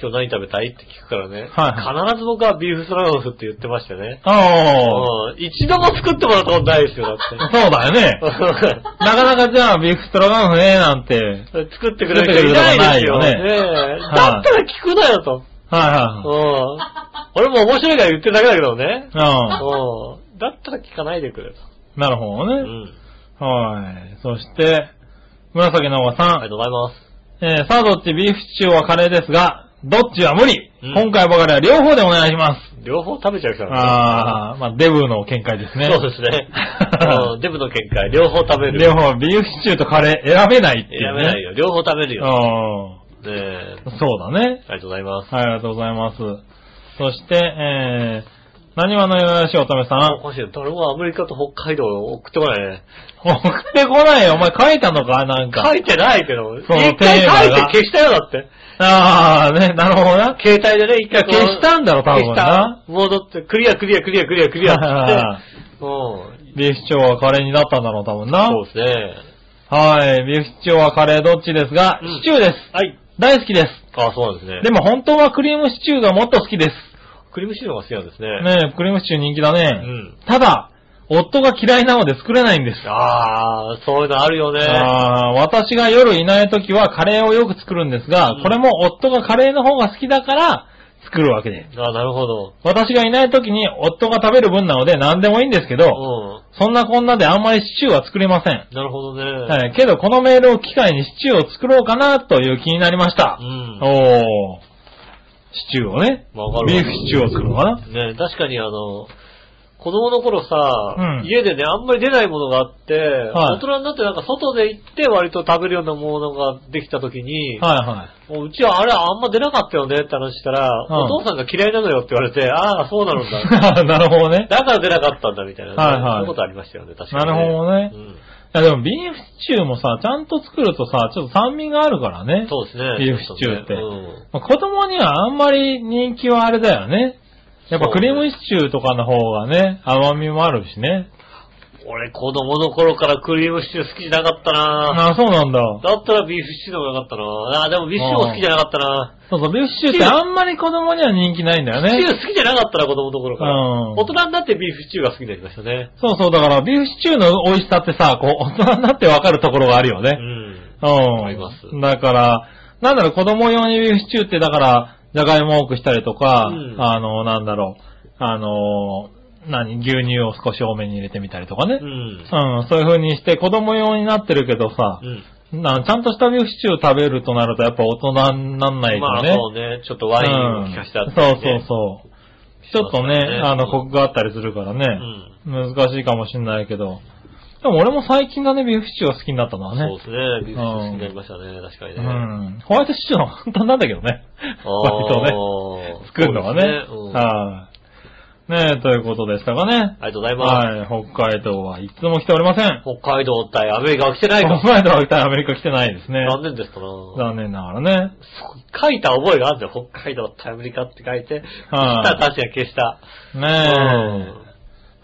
S2: 今日何食べたいって聞くからね、
S3: は
S2: 必ず僕はビーフストラゴフって言ってましてね。
S3: ああ、
S2: うん一度も作ってもらったことないですよ、だ
S3: そう
S2: っ
S3: だよ <laughs> ね。
S2: て。
S3: なかなかじゃあ、ビーフストロガノフね、なんて。はい
S2: 作ってくれる人いないですよ。
S3: 作って
S2: ね
S3: くれる
S2: え
S3: は
S2: だ
S3: い
S2: ったら聞くなよと。うん
S3: は
S2: 俺も面白いから言ってるだけだけどね。
S3: い
S2: う
S3: は
S2: んだったら聞かないでくれと。
S3: い。うん。なるほど
S2: う
S3: ね。
S2: ん。
S3: はい。そして、紫のおば
S2: あ
S3: さ
S2: りが
S3: ん。
S2: とうございます。
S3: えー、さあどっちビーフシチューはカレーですが、どっちは無理。
S2: うん
S3: 今回ばかりは両方でお願いします。
S2: 両方食べちゃう人なんだ
S3: ああ、まあデブの見解ですね。
S2: そうです
S3: <laughs>
S2: ね。うんデブの見解、両方食べる。
S3: 両方、ビーフシチューとカレー選べないってい
S2: 選
S3: うね。
S2: べないよ。両方食べるよ。ねえ
S3: うん。そうだね。
S2: ありがとうございます。
S3: はい、ありがとうございます。そして、えー、何話のよよしおとめさ
S2: あ、お
S3: ん。
S2: かしい。誰もアメリカと北海道を送ってこないね。
S3: 送ってこないよ。お前書いたのかなんか。
S2: 書いてないけど、一
S3: その
S2: 回
S3: テーマ
S2: 書
S3: が
S2: いて消したよ、だって。
S3: ああ、ね、なるほどな。
S2: 携帯でね、一
S3: いや
S2: 回こう
S3: 消したんだろ、多分
S2: 消した
S3: な。。
S2: 戻って、クリア、クリア、クリア、クリア、クリ
S3: <laughs>
S2: アっつって。うん。
S3: ビーフシチューはカレーになったんだろう、多分な。
S2: そうですね。
S3: はい。ビーフシチューはカレーどっちですが、
S2: うん
S3: シチューです。
S2: はい。
S3: 大好きです。
S2: あ、そうなんですね。
S3: でも本当はクリームシチューがもっと好きです。
S2: クリームシチューの方が好きなんですね。
S3: ねえ、クリームシチュー人気だ
S2: う
S3: ね。
S2: ん。
S3: ただ、夫が嫌いなので作れないんです。
S2: あー、そういうのあるよね。
S3: ああ私が夜いない時はカレーをよく作るんですが、
S2: うん
S3: これも夫がカレーの方が好きだから作るわけで。
S2: あなるほど。
S3: 私がいない時に夫が食べる分なので何でもいいんですけど、
S2: う
S3: そんなこんなであんまりシチューは作れません。
S2: ん。なるほどね。
S3: はい、けどこのメールを機会にシチューを作ろうかなという気になりました。
S2: うん。
S3: おー。シチューをね。
S2: わかるわ
S3: ビーフシチューを作るのかな
S2: ね確かにあの、子供の頃さ、
S3: うん
S2: 家でね、あんまり出ないものがあって、
S3: は
S2: 大
S3: い
S2: 人になってなんか外で行って割と食べるようなものができた時に、
S3: はいはい。 <laughs>
S2: もううちはあれあんま出なかったよねって話したら、
S3: うん
S2: お父さんが嫌いなのよって言われて、ああ、そうなのだ。
S3: <laughs> なるほどね。
S2: だから出なかったんだみたいな、
S3: はいはい
S2: そういうことありましたよね、確か
S3: な
S2: に、
S3: るほどね。
S2: うん。
S3: やでもビーフシチューもさ、ちゃんと作るとさ、ちょっと酸味があるからね。
S2: そうですね。
S3: ビーフシチューって
S2: ちょとね
S3: まあ子供にはあんまり人気はあれだよね。やっぱクリームシチューとかの方がね、甘みもあるしね。
S2: うん俺、子供の頃からクリームシチュー好きじゃなかったな
S3: ああ、そうなんだ。
S2: だったらビーフシチューでもよかったなあーでもビーフシチューも好きじゃなかったな
S3: そうそう、ビーフシチューってあんまり子供には人気ないんだよ
S2: シチュ
S3: ね。
S2: ー好きじゃなかったな、子供の頃から。
S3: うん
S2: 大人になってビーフシチューが好きになりましたね。
S3: そうそう、だからビーフシチューの美味しさってさ、こう、大人になってわかるところがあるよね
S2: う。ん。
S3: うん。
S2: わかります
S3: だから、なんだろう、子供用にビーフシチューって、だから、じゃがいも多くしたりとか、
S2: うん
S3: あの、なんだろう、あの、何、牛乳を少し多めに入れてみたりとかね。
S2: う
S3: うん
S2: ん。
S3: そういう風にして、子供用になってるけどさ、
S2: うん。
S3: なちゃんとしたビーフシチューを食べるとなると、やっぱ大人になんない
S2: まあ
S3: とね。
S2: そうね、ちょっとワインを効かしてあった
S3: うん
S2: りね。
S3: そうそうそう。
S2: します
S3: ちょっとね
S2: からね、
S3: あの、コクがあったりするからね。
S2: うん。
S3: 難しいかもしんないけど。でも俺も最近だね、ビーフシチューが好きになったのはね。
S2: そうですね。ビーフシチュー好きになりましたね。確かに
S3: う
S2: ね。
S3: ん。ホワイトシチューの方が簡単なんだけどね。割とね。
S2: と
S3: 作るのはね。
S2: うんあ
S3: はい、ねえ、ということでしたかね。
S2: りがとうございます。
S3: はい。北海道はいつも来ておりません。
S2: 北海道対アメリカは来てないの。
S3: 北海道は一体アメリカ来てないですね。
S2: 残念ですから。そう
S3: 残念ながらね。
S2: 書いた覚えがあるんだよ。北海道対アメリカって書いて。消した、確かに消した。
S3: ね
S2: うん
S3: え。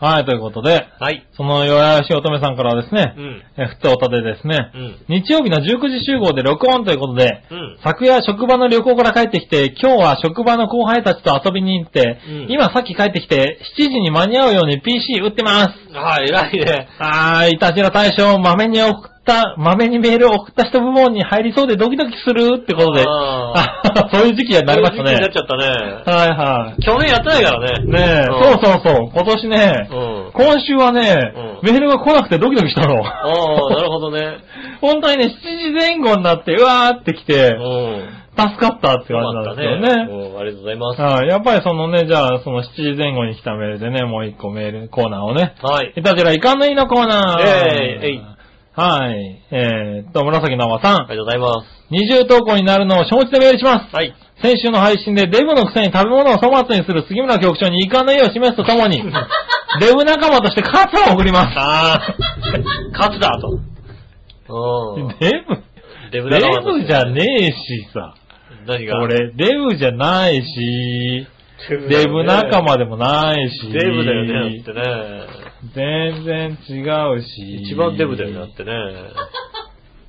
S3: はい、ということで、
S2: はい。
S3: その弱々しい乙女さんからはですね
S2: う、ん。
S3: え、ふつおたでですね、
S2: うん。
S3: 日曜日の19時集合で録音ということで、
S2: うん。
S3: 昨夜職場の旅行から帰ってきて、今日は職場の後輩たちと遊びに行って、
S2: うん
S3: 今さっき帰ってきて、7時に間に合うように PC 打ってます。
S2: はい、偉いね。
S3: あー、いたしら大将、豆に送った、豆にメールを送った人部門に入りそうでドキドキするってことで、
S2: あ
S3: <laughs> そういう時期になりまし
S2: そ
S3: た
S2: ういう時期になっ
S3: ね。
S2: ちゃったね。
S3: はいは
S2: 去年やってないからね。
S3: い。ねえ、そうそうそう、今年ね、
S2: うん。
S3: 今週はね、
S2: うん
S3: メールが来なくてドキドキしたの。
S2: ああ、なるほどね。
S3: 本当にね、7時前後になって、うわーって来て、 <laughs>
S2: うん。
S3: 助かったって
S2: よ
S3: 感じ
S2: か
S3: な
S2: っ
S3: ん
S2: た
S3: です
S2: ね。
S3: よね。
S2: うんありがとうございます。
S3: はい、やっぱりそのね、じゃあ、その7時前後に来たメールでね、もう一個メールコーナーをね、
S2: はい。
S3: いたじらいかんのいいのコーナー
S2: えいえい
S3: はい、えーっと、紫の和さ
S2: あ
S3: ん、
S2: りがとうございま
S3: 二重投稿になるのを承知でメールします
S2: す。。はい。
S3: 先週の配信でデブのくせに食べ物を粗末にする杉村局長に遺憾の意を示すとと
S2: <laughs>
S3: もに、デブ仲間としてカツを送ります。
S2: ああ、勝つだと。
S3: <laughs>
S2: うん。
S3: デブ
S2: デブ
S3: デ
S2: だな
S3: ブじゃねえしさ。
S2: 何が
S3: 俺、デブじゃないし、
S2: だよね
S3: デブ仲。間でもないし。
S2: デブだよね、だってね。
S3: 全然違うし。
S2: 一番デブだよね、だってね。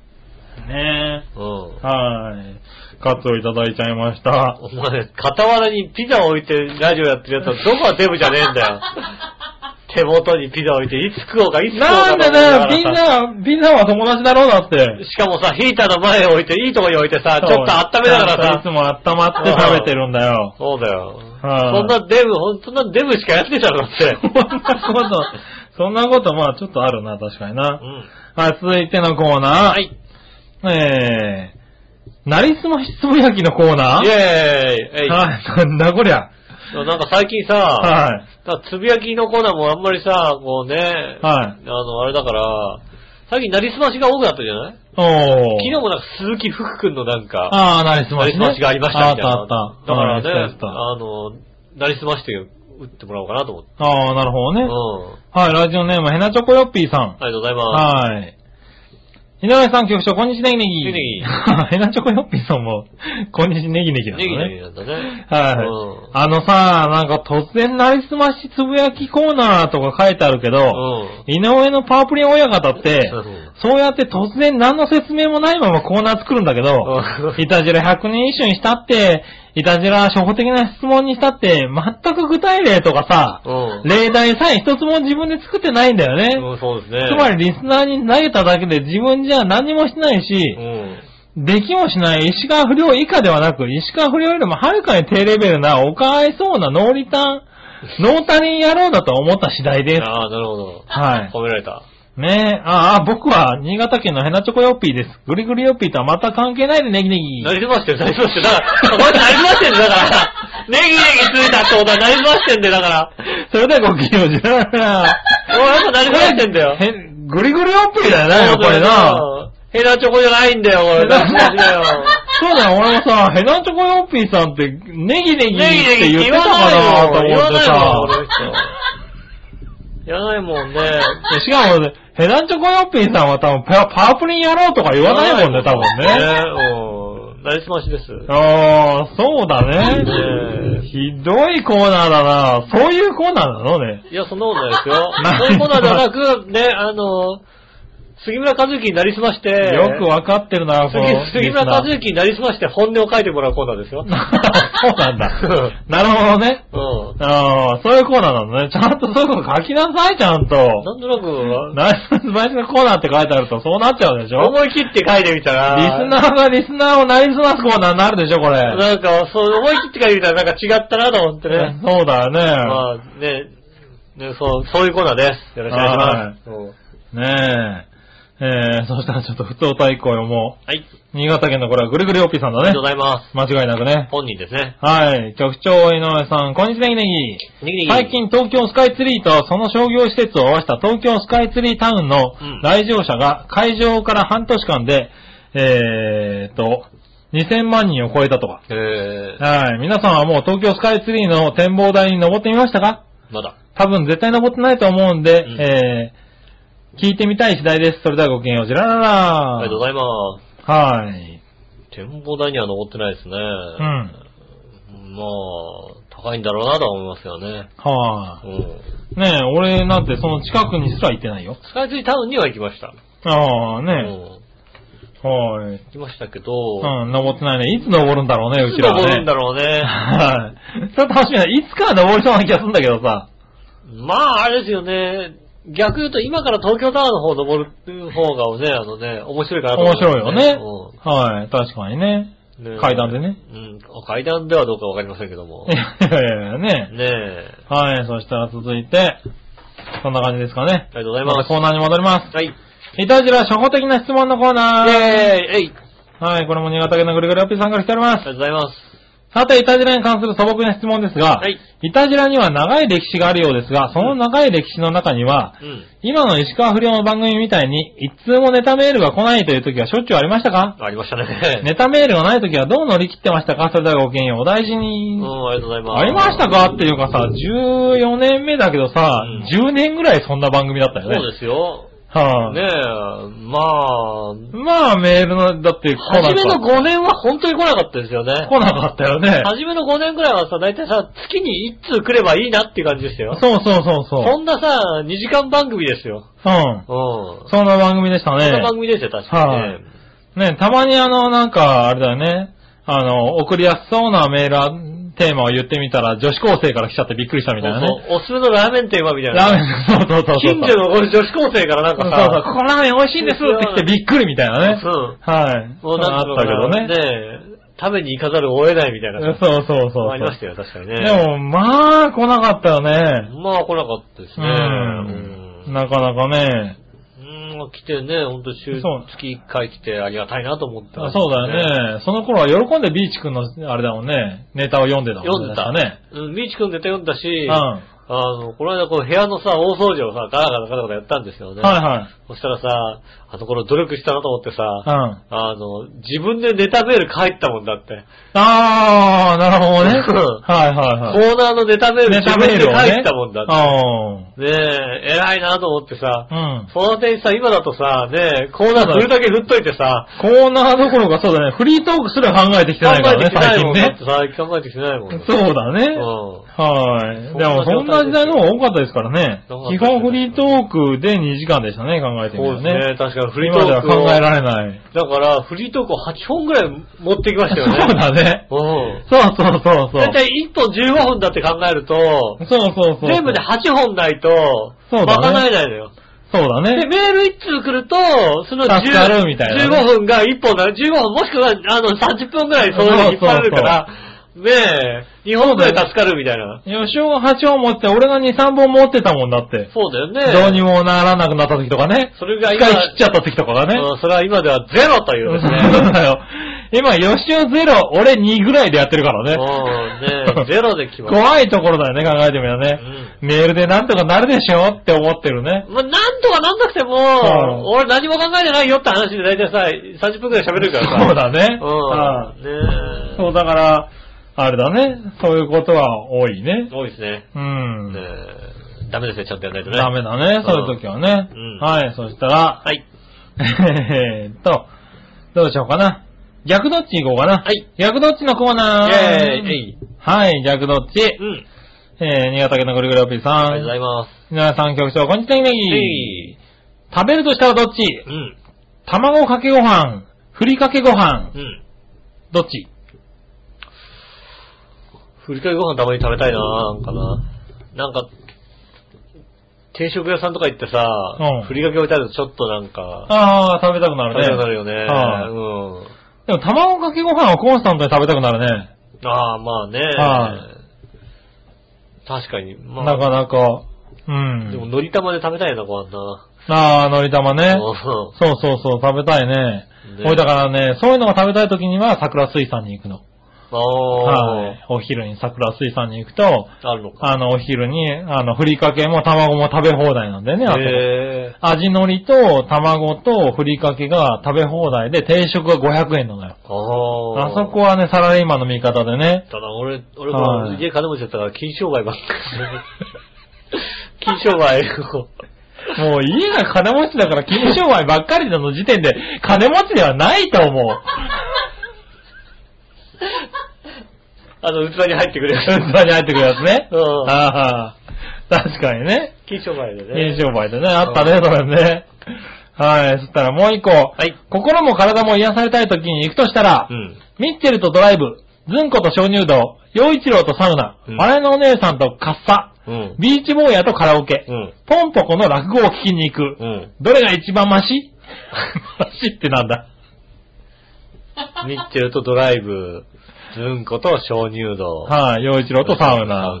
S2: うん
S3: ねえ。。はい。カツをいただいちゃいました。
S2: お前、傍らにピザ置いてラジオやってるやつはどこがデブじゃねえんだ
S3: <laughs>
S2: よ。手元にピザ置いて、いつ食おうか、いつ食おうか
S3: なんで
S2: と思いがらさ
S3: だよ、ピザ、ピザは友達だろうだって。
S2: しかもさ、ヒーターの前に置いて、いいとこに置いてさ、ちょっと温めなが
S3: ち
S2: ら
S3: ゃんと
S2: さ
S3: いつ。も温まって食べてるんだよ。
S2: そうだよ。
S3: はい
S2: そんなデブ、ほんそんなデブしかやってたのだ
S3: <laughs>
S2: って。
S3: そんなこと、そんなこと、まあちょっとあるな、確かにな
S2: う。ん。
S3: はい、続いてのコーナー。
S2: はい。
S3: えー、なりすましつぶやきのコーナー
S2: イェーイえい
S3: はい、なんだこりゃ。
S2: なんか最近さ、
S3: はい。
S2: なんかつぶやきのコーナーもあんまりさ、こうね、
S3: は
S2: あの、あれだから、最近なりすましが多くなったじゃない
S3: い。おー。
S2: 昨日もなんか鈴木福君のなんか、
S3: ああ、なりすま
S2: な
S3: し、
S2: り
S3: ね。
S2: すましがありましたみたいな。
S3: あったあった。
S2: だか
S3: あ
S2: ら
S3: り
S2: ね
S3: まし、たあっ
S2: あの、なりすまして打ってもらおうかなと思って。
S3: たあー、なるほど
S2: う
S3: ね
S2: ん。。
S3: はい、ラジオネーム、ヘナチョコヨッピーさん。
S2: ありがとうございます。
S3: はい。井上さん、局長、こんにちは、ネギネギ。
S2: ネギネギ
S3: <laughs> ヘナチョコヨッピーさんも、こんにちは、ネギネギだ
S2: ネギ
S3: ね。
S2: ネギなんだね。
S3: はい、
S2: うん
S3: あのさ、なんか突然なりすましつぶやきコーナーとか書いてあるけど、
S2: うん。
S3: 井上のパープリン親方って
S2: そうそう、
S3: そうやって突然何の説明もないままコーナー作るんだけど、
S2: うん
S3: <laughs> いたじら100人一首にしたって、いたじら初歩的な質問にしたって、全く具体例とかさ、
S2: うん
S3: 例題さえ一つも自分で作ってないんだよね。
S2: うんそうですね。
S3: つまりリスナーに投げただけで自分じゃ何もしないし
S2: う、ん。
S3: できもしない石川不良以下ではなく、石川不良よりもはるかに低レベルなおかわいそうなノーリタン、ノータリン野郎だと思った次第です。
S2: ああ、なるほど。
S3: はい
S2: 褒められた。
S3: ねえ、ああ、僕は新潟県のヘナチョコヨッピーです。グリグリヨッピーとはまた関係ないでネギネギ。
S2: なりすましてる、な
S3: <laughs>
S2: りすましてる。だから、お前なりすましてるんだから。ネギネギついたってことはなりすましてんだよ、だから。
S3: それではごきげんよう、じゃあ。
S2: お前やっぱなりすましてんだよ。
S3: へグリグリヨッピーだよな、これな。
S2: ヘナチョコじゃないんだよ、これ。なりすましだよ。
S3: そうだよ、俺もさ、ヘナチョコヨッピーさんって、ネ
S2: ネ
S3: ギネギっ
S2: ギネ
S3: て
S2: ギ
S3: 言っ
S2: ってて言
S3: た
S2: わ
S3: か
S2: ない
S3: なと
S2: もん。言
S3: 思っ
S2: わ
S3: て
S2: ない
S3: さ
S2: もん、。俺の人。言わないもんね。
S3: でしかも、ヘペダンチョコヨッピーさんは多分パパープリンやろうとか言わないもんね、多分ね。
S2: ね。うん。なりすましです。
S3: ああ、そうだね
S2: ね。え
S3: ひどいコーナーだな。そういうコーナーなのね。。
S2: いや、そんなことないですよ
S3: な
S2: そういうことではなく、ね、あの、杉村和之になりすまして、
S3: よくわかってるな、この
S2: 杉杉村和
S3: リスナー
S2: 之になりすまして本音を書いてもらうコーナーですよ。
S3: そうなんだ。なるほどね。
S2: うん。
S3: ああ、そういうコーナーなのね。ちゃんとそういうこと書きなさい、ちゃんと。
S2: なんとなく、
S3: ナイスマイスのコーナーって書いてあるとそうなっちゃうでしょ
S2: 思い切って書いてみたら、
S3: リスナーがリスナーをなりすますコーナーになるでしょ、これ。
S2: なんか、そう、思い切って書いてみたらなんか違ったなと思ってね。
S3: そうだよね。
S2: まあ、ね、ね、そう、そういうコーナーです。よろしくお願いします。うん
S3: ねえ。えー、そしたらちょっと普通歌以降よ、も
S2: はい、あり
S3: う。新潟県のこれはぐるぐるおっぴーさんだ
S2: が
S3: ね
S2: とうご。ざいま
S3: 間違いなく
S2: す。
S3: ね。
S2: 本人ですね。
S3: はい。局長、井上さん、こんにちは、ネギ
S2: ネ
S3: ネギ。
S2: ギネギ
S3: 最近東京スカイツリーとその商業施設を合わせた東京スカイツリータウンの
S2: うん
S3: 来場者が会場から半年間で、えーっと、2000万人を超えたとか。
S2: え
S3: はい。皆さんはもう東京スカイツリーの展望台に登ってみましたか
S2: ー、まだ。
S3: 多分絶対登ってないと思うんで、
S2: うん
S3: えー、聞いてみたい次第です。それではごきげんよう、じららら。
S2: ありがとうございます。
S3: はい。
S2: 展望台には登ってないですね。
S3: うん。
S2: まあ、高いんだろうなとは思いますよね。
S3: は
S2: うん。
S3: い。ねえ、俺なんてその近くにすら行ってないよ。
S2: スカイツリータウンには行きました。
S3: ああ、ね
S2: う
S3: え。
S2: ん。
S3: はい。
S2: 行きましたけど、
S3: うん、登ってないね。いつ登るんだろうね、う
S2: い
S3: ち
S2: つ
S3: らは
S2: 登
S3: ね。
S2: るんだろうね。
S3: はい。それ楽しみだ。いつかは登りそうな気がするんだけどさ。
S2: まあ、あれですよね。逆言うと今から東京タワーの方登る方がね、あのね、面白いかなと思いま
S3: 面
S2: す
S3: 白いよね。はい、確かにね。
S2: うんね
S3: 階段でね。
S2: うん。階段ではどうかわかりませんけども。
S3: い
S2: ね
S3: やいやいやね。
S2: え。
S3: はい、そしたら続いて、こんな感じですかね
S2: あ。りがとうござい
S3: ま
S2: ま
S3: た
S2: す。
S3: コーナーに戻ります。
S2: はい。イ
S3: いたじら初歩的な質問のコーナー。
S2: ェーイえい
S3: はい、これも新潟県のぐるぐるアピーさんから来ており
S2: あ
S3: ま
S2: りが
S3: す。
S2: とうございます。
S3: さて、いたじらに関する素朴な質問ですが、
S2: はい。
S3: いたじらには長い歴史があるようですが、その長い歴史の中には、
S2: うん。
S3: 今の石川不良の番組みたいに、一通もネタメールが来ないという時はしょっちゅうありましたか
S2: ありましたね。
S3: ネタメールがない時はどう乗り切ってましたかそれではごきげんよう。お大事
S2: う
S3: に。
S2: ん、ありがとうございます。
S3: ありましたかっていうかさ、14年目だけどさ、
S2: う
S3: 10年ぐらいそんな番組だったよね。
S2: そうですよ。
S3: はい、
S2: ねえ、まあ、
S3: まあメールの、だって来なか
S2: 初
S3: った
S2: めの5年は本当に来なかったですよね。
S3: 来なかったよね。
S2: 初めの5年くらいはさ、大体さ、月に1通来ればいいなっていう感じでしたよ。
S3: そうそうそうそう。
S2: そんなさ、2時間番組ですよ。
S3: うん。
S2: うん。そ
S3: そんな番組でした
S2: んな
S3: ね。
S2: 番組ですよ、確かに
S3: は
S2: ね
S3: い。ね、たまにあの、なんか、あれだよね。あの、送りやすそうなメールあ、テーマを言ってみたら、女子高生から来ちゃってびっくりしたみたいなね。
S2: そうそうおすすめのラーメン店はみたいな。
S3: ラーメン、そうそうそうそう。
S2: 近所の女子高生からなん
S3: そ
S2: か
S3: うそうそう
S2: さ、
S3: ここラーメン美味しいんですって来てびっくりみたいなね。
S2: うん
S3: はい。
S2: もうなん
S3: あったけどね。
S2: ね。食べに行かざるを得ないみたいな。
S3: そうそうそう。
S2: ありましたよ、確かにね。
S3: でも、まあ、来なかったよね。
S2: まあ来なかったです
S3: う
S2: ね。
S3: ん。なかなかね。
S2: うん、来てね、ほんと週、
S3: そう
S2: 月1回来てありがたいなと思った、
S3: そうだよね。その頃は喜んでビーチ君の、あれだもんね、ネタを読んでたも
S2: 読
S3: んね。
S2: んでた
S3: 確かね。
S2: うん、ビーチ君ネタ読んだし、
S3: うん。
S2: あ
S3: は
S2: の、この間こう部屋のさ、大掃除をさ、ガラガラガラガラやったんですよ
S3: い
S2: ね。
S3: は
S2: そしたらさ、あの頃努力したなと思って
S3: い。う
S2: さ、
S3: ん。
S2: あの、自分でネタメール書いてたもんだって。
S3: あー、なるほどね。
S2: うん
S3: はいはいはい。
S2: コーナーのネタメール
S3: ネ
S2: 自
S3: タ
S2: 分
S3: メー
S2: で
S3: ルを
S2: 書
S3: ね。
S2: いてたもんだって。
S3: あ
S2: ねえ、偉いなと思ってさ、
S3: ー。うん。
S2: その点さ、今だとさ、ねえ、コーナー振るだけ振っといてさ、
S3: コーナーどころかそうだね、フリートークすら考えてきて
S2: 考
S3: ないか
S2: えて
S3: らね
S2: き、てな
S3: 最
S2: い
S3: 近
S2: もん。だって。さ、考えて
S3: ね
S2: きてないもん。
S3: そうだね。
S2: うん。
S3: はい。でも、そ
S2: そ
S3: ん
S2: ん
S3: な
S2: な状態
S3: 時
S2: ですよ
S3: 代の方が多かったですからね
S2: 多かっ。た
S3: 基
S2: ですね
S3: 本フリートークで2時間でしたね、考えてみ
S2: そ
S3: る
S2: う
S3: と
S2: です
S3: ね。
S2: ね。確かにフリート
S3: 今で
S2: ー
S3: は
S2: クを。
S3: 考えられない。
S2: だから、フリートークを8本ぐらい持ってきまし
S3: そ
S2: た
S3: う
S2: よね。
S3: だね。
S2: うん。
S3: そうそうそうそう
S2: だい。たい1本15分だって考えると、
S3: そうそうそう。
S2: 全部で8本ないと、
S3: そうだね
S2: まかないないのよ。
S3: そうだ
S2: で、
S3: ね。
S2: メール1通来ると、その
S3: 助かるみたいなね
S2: 15分が1本だ、15分もしくはあの30分ぐらいそういうのに引っ張られるから、ねえ、2本ぐらい助かるみたいな。
S3: 吉尾が8本持って、俺が2、3本持ってたもんだって。
S2: そうだよね。
S3: どうにもならなくなった時とかね。
S2: それが
S3: 使い
S2: 今、
S3: 切っちゃった時とかがね。
S2: うんそれは今ではゼロというですね。
S3: そうだよ。 <laughs> 今、吉尾ゼロ、俺2ぐらいでやってるからね。
S2: もうね、
S3: <laughs>
S2: ゼロで来ました。
S3: 怖いところだよね、考えてみればね。メールでなんとかなるでしょって思ってるね。
S2: まあ、なんとかなんなくても、
S3: ん
S2: 俺何も考えてないよって話で大体さ、30分くらい喋るからさ。
S3: そうだね。は
S2: うん。
S3: い
S2: ねえ
S3: そうだから、あれだね。そういうことは多いね。
S2: 多いですね。
S3: う
S2: ね
S3: ん。
S2: えダメですね、ちゃんとやらないとね。
S3: ダメだね、そういう時はね。
S2: うん
S3: はい、そしたら、 <laughs>
S2: はい。
S3: えーっと、どうしようかな。逆どっち行こうかな。
S2: はい。
S3: 逆どっちのコーナー。
S2: イェーイえい
S3: はい、逆どっち。
S2: うん。
S3: えー、新潟県のぐるぐるおっぴーさん。
S2: ありがとうございます。
S3: 皆さん局長、こんにちは、ネギネギ
S2: えい
S3: 食べるとしたらどっち
S2: うん。
S3: 卵かけご飯、ふりかけご飯
S2: う、ん。
S3: どっち
S2: ふりかけご飯たまに食べたいななんかな。なんか、定食屋さんとか行ってさ、
S3: うん
S2: ふりかけ置いてあるとちょっとなんか、
S3: ああ、食べたくな
S2: 食べた
S3: る
S2: くな
S3: ね。
S2: るよね。
S3: はい
S2: うん。
S3: でも卵かけご飯はコンスタントに食べたくなるね。
S2: ああ、まあね。
S3: は
S2: 確かに。まあ、
S3: なかなか。う
S2: でも、
S3: ん。
S2: のり玉で食べたいな、ご飯な。
S3: ああ、のり玉
S2: う
S3: ね。
S2: ん
S3: そうそうそう、食べたいね。
S2: ね
S3: 俺だからね、そういうのが食べたい時には桜水産に行くの。
S2: あ
S3: はい。お昼に桜水産に行くと、
S2: あ、あるのか。
S3: あの、お昼に、あの、ふりかけも卵も食べ放題なんだよね、あそこ
S2: へえ。
S3: 味のりと卵とふりかけが食べ放題で定食が500円なのよ。
S2: ああ。
S3: あそこはね、サラリーマンの味方でね。
S2: ただ俺、俺
S3: は
S2: も
S3: い
S2: 家金持ちだったから、金商売ばっかり。金商売を。
S3: もう家が金持ちだから金商売ばっかりなの時点で金持ちではないと思う。 <laughs>
S2: あの、器に入ってくれ
S3: 器に <laughs> 入ってくるやつね。
S2: うん
S3: ああ、確かにね。
S2: 金商売でね。
S3: 金商売でね、あったね、それね。はい、そしたらもう一個。
S2: はい。
S3: 心も体も癒されたい時に行くとしたら、
S2: うん。
S3: ミッチェルとドライブ、ズンコと鍾乳洞、洋一郎とサウナ、
S2: うん
S3: 笑いのお姉さんとカッサ、
S2: うん。
S3: ビーチボーヤとカラオケ、
S2: うん。
S3: ポンポコの落語を聞きに行く。
S2: うん。
S3: どれが一番マ
S2: <laughs>
S3: シマシってなんだ
S2: ミッチェルとドライブ、ズンコと鍾乳洞。
S3: はい、洋一郎とサウ
S2: サウナ。
S3: ナ、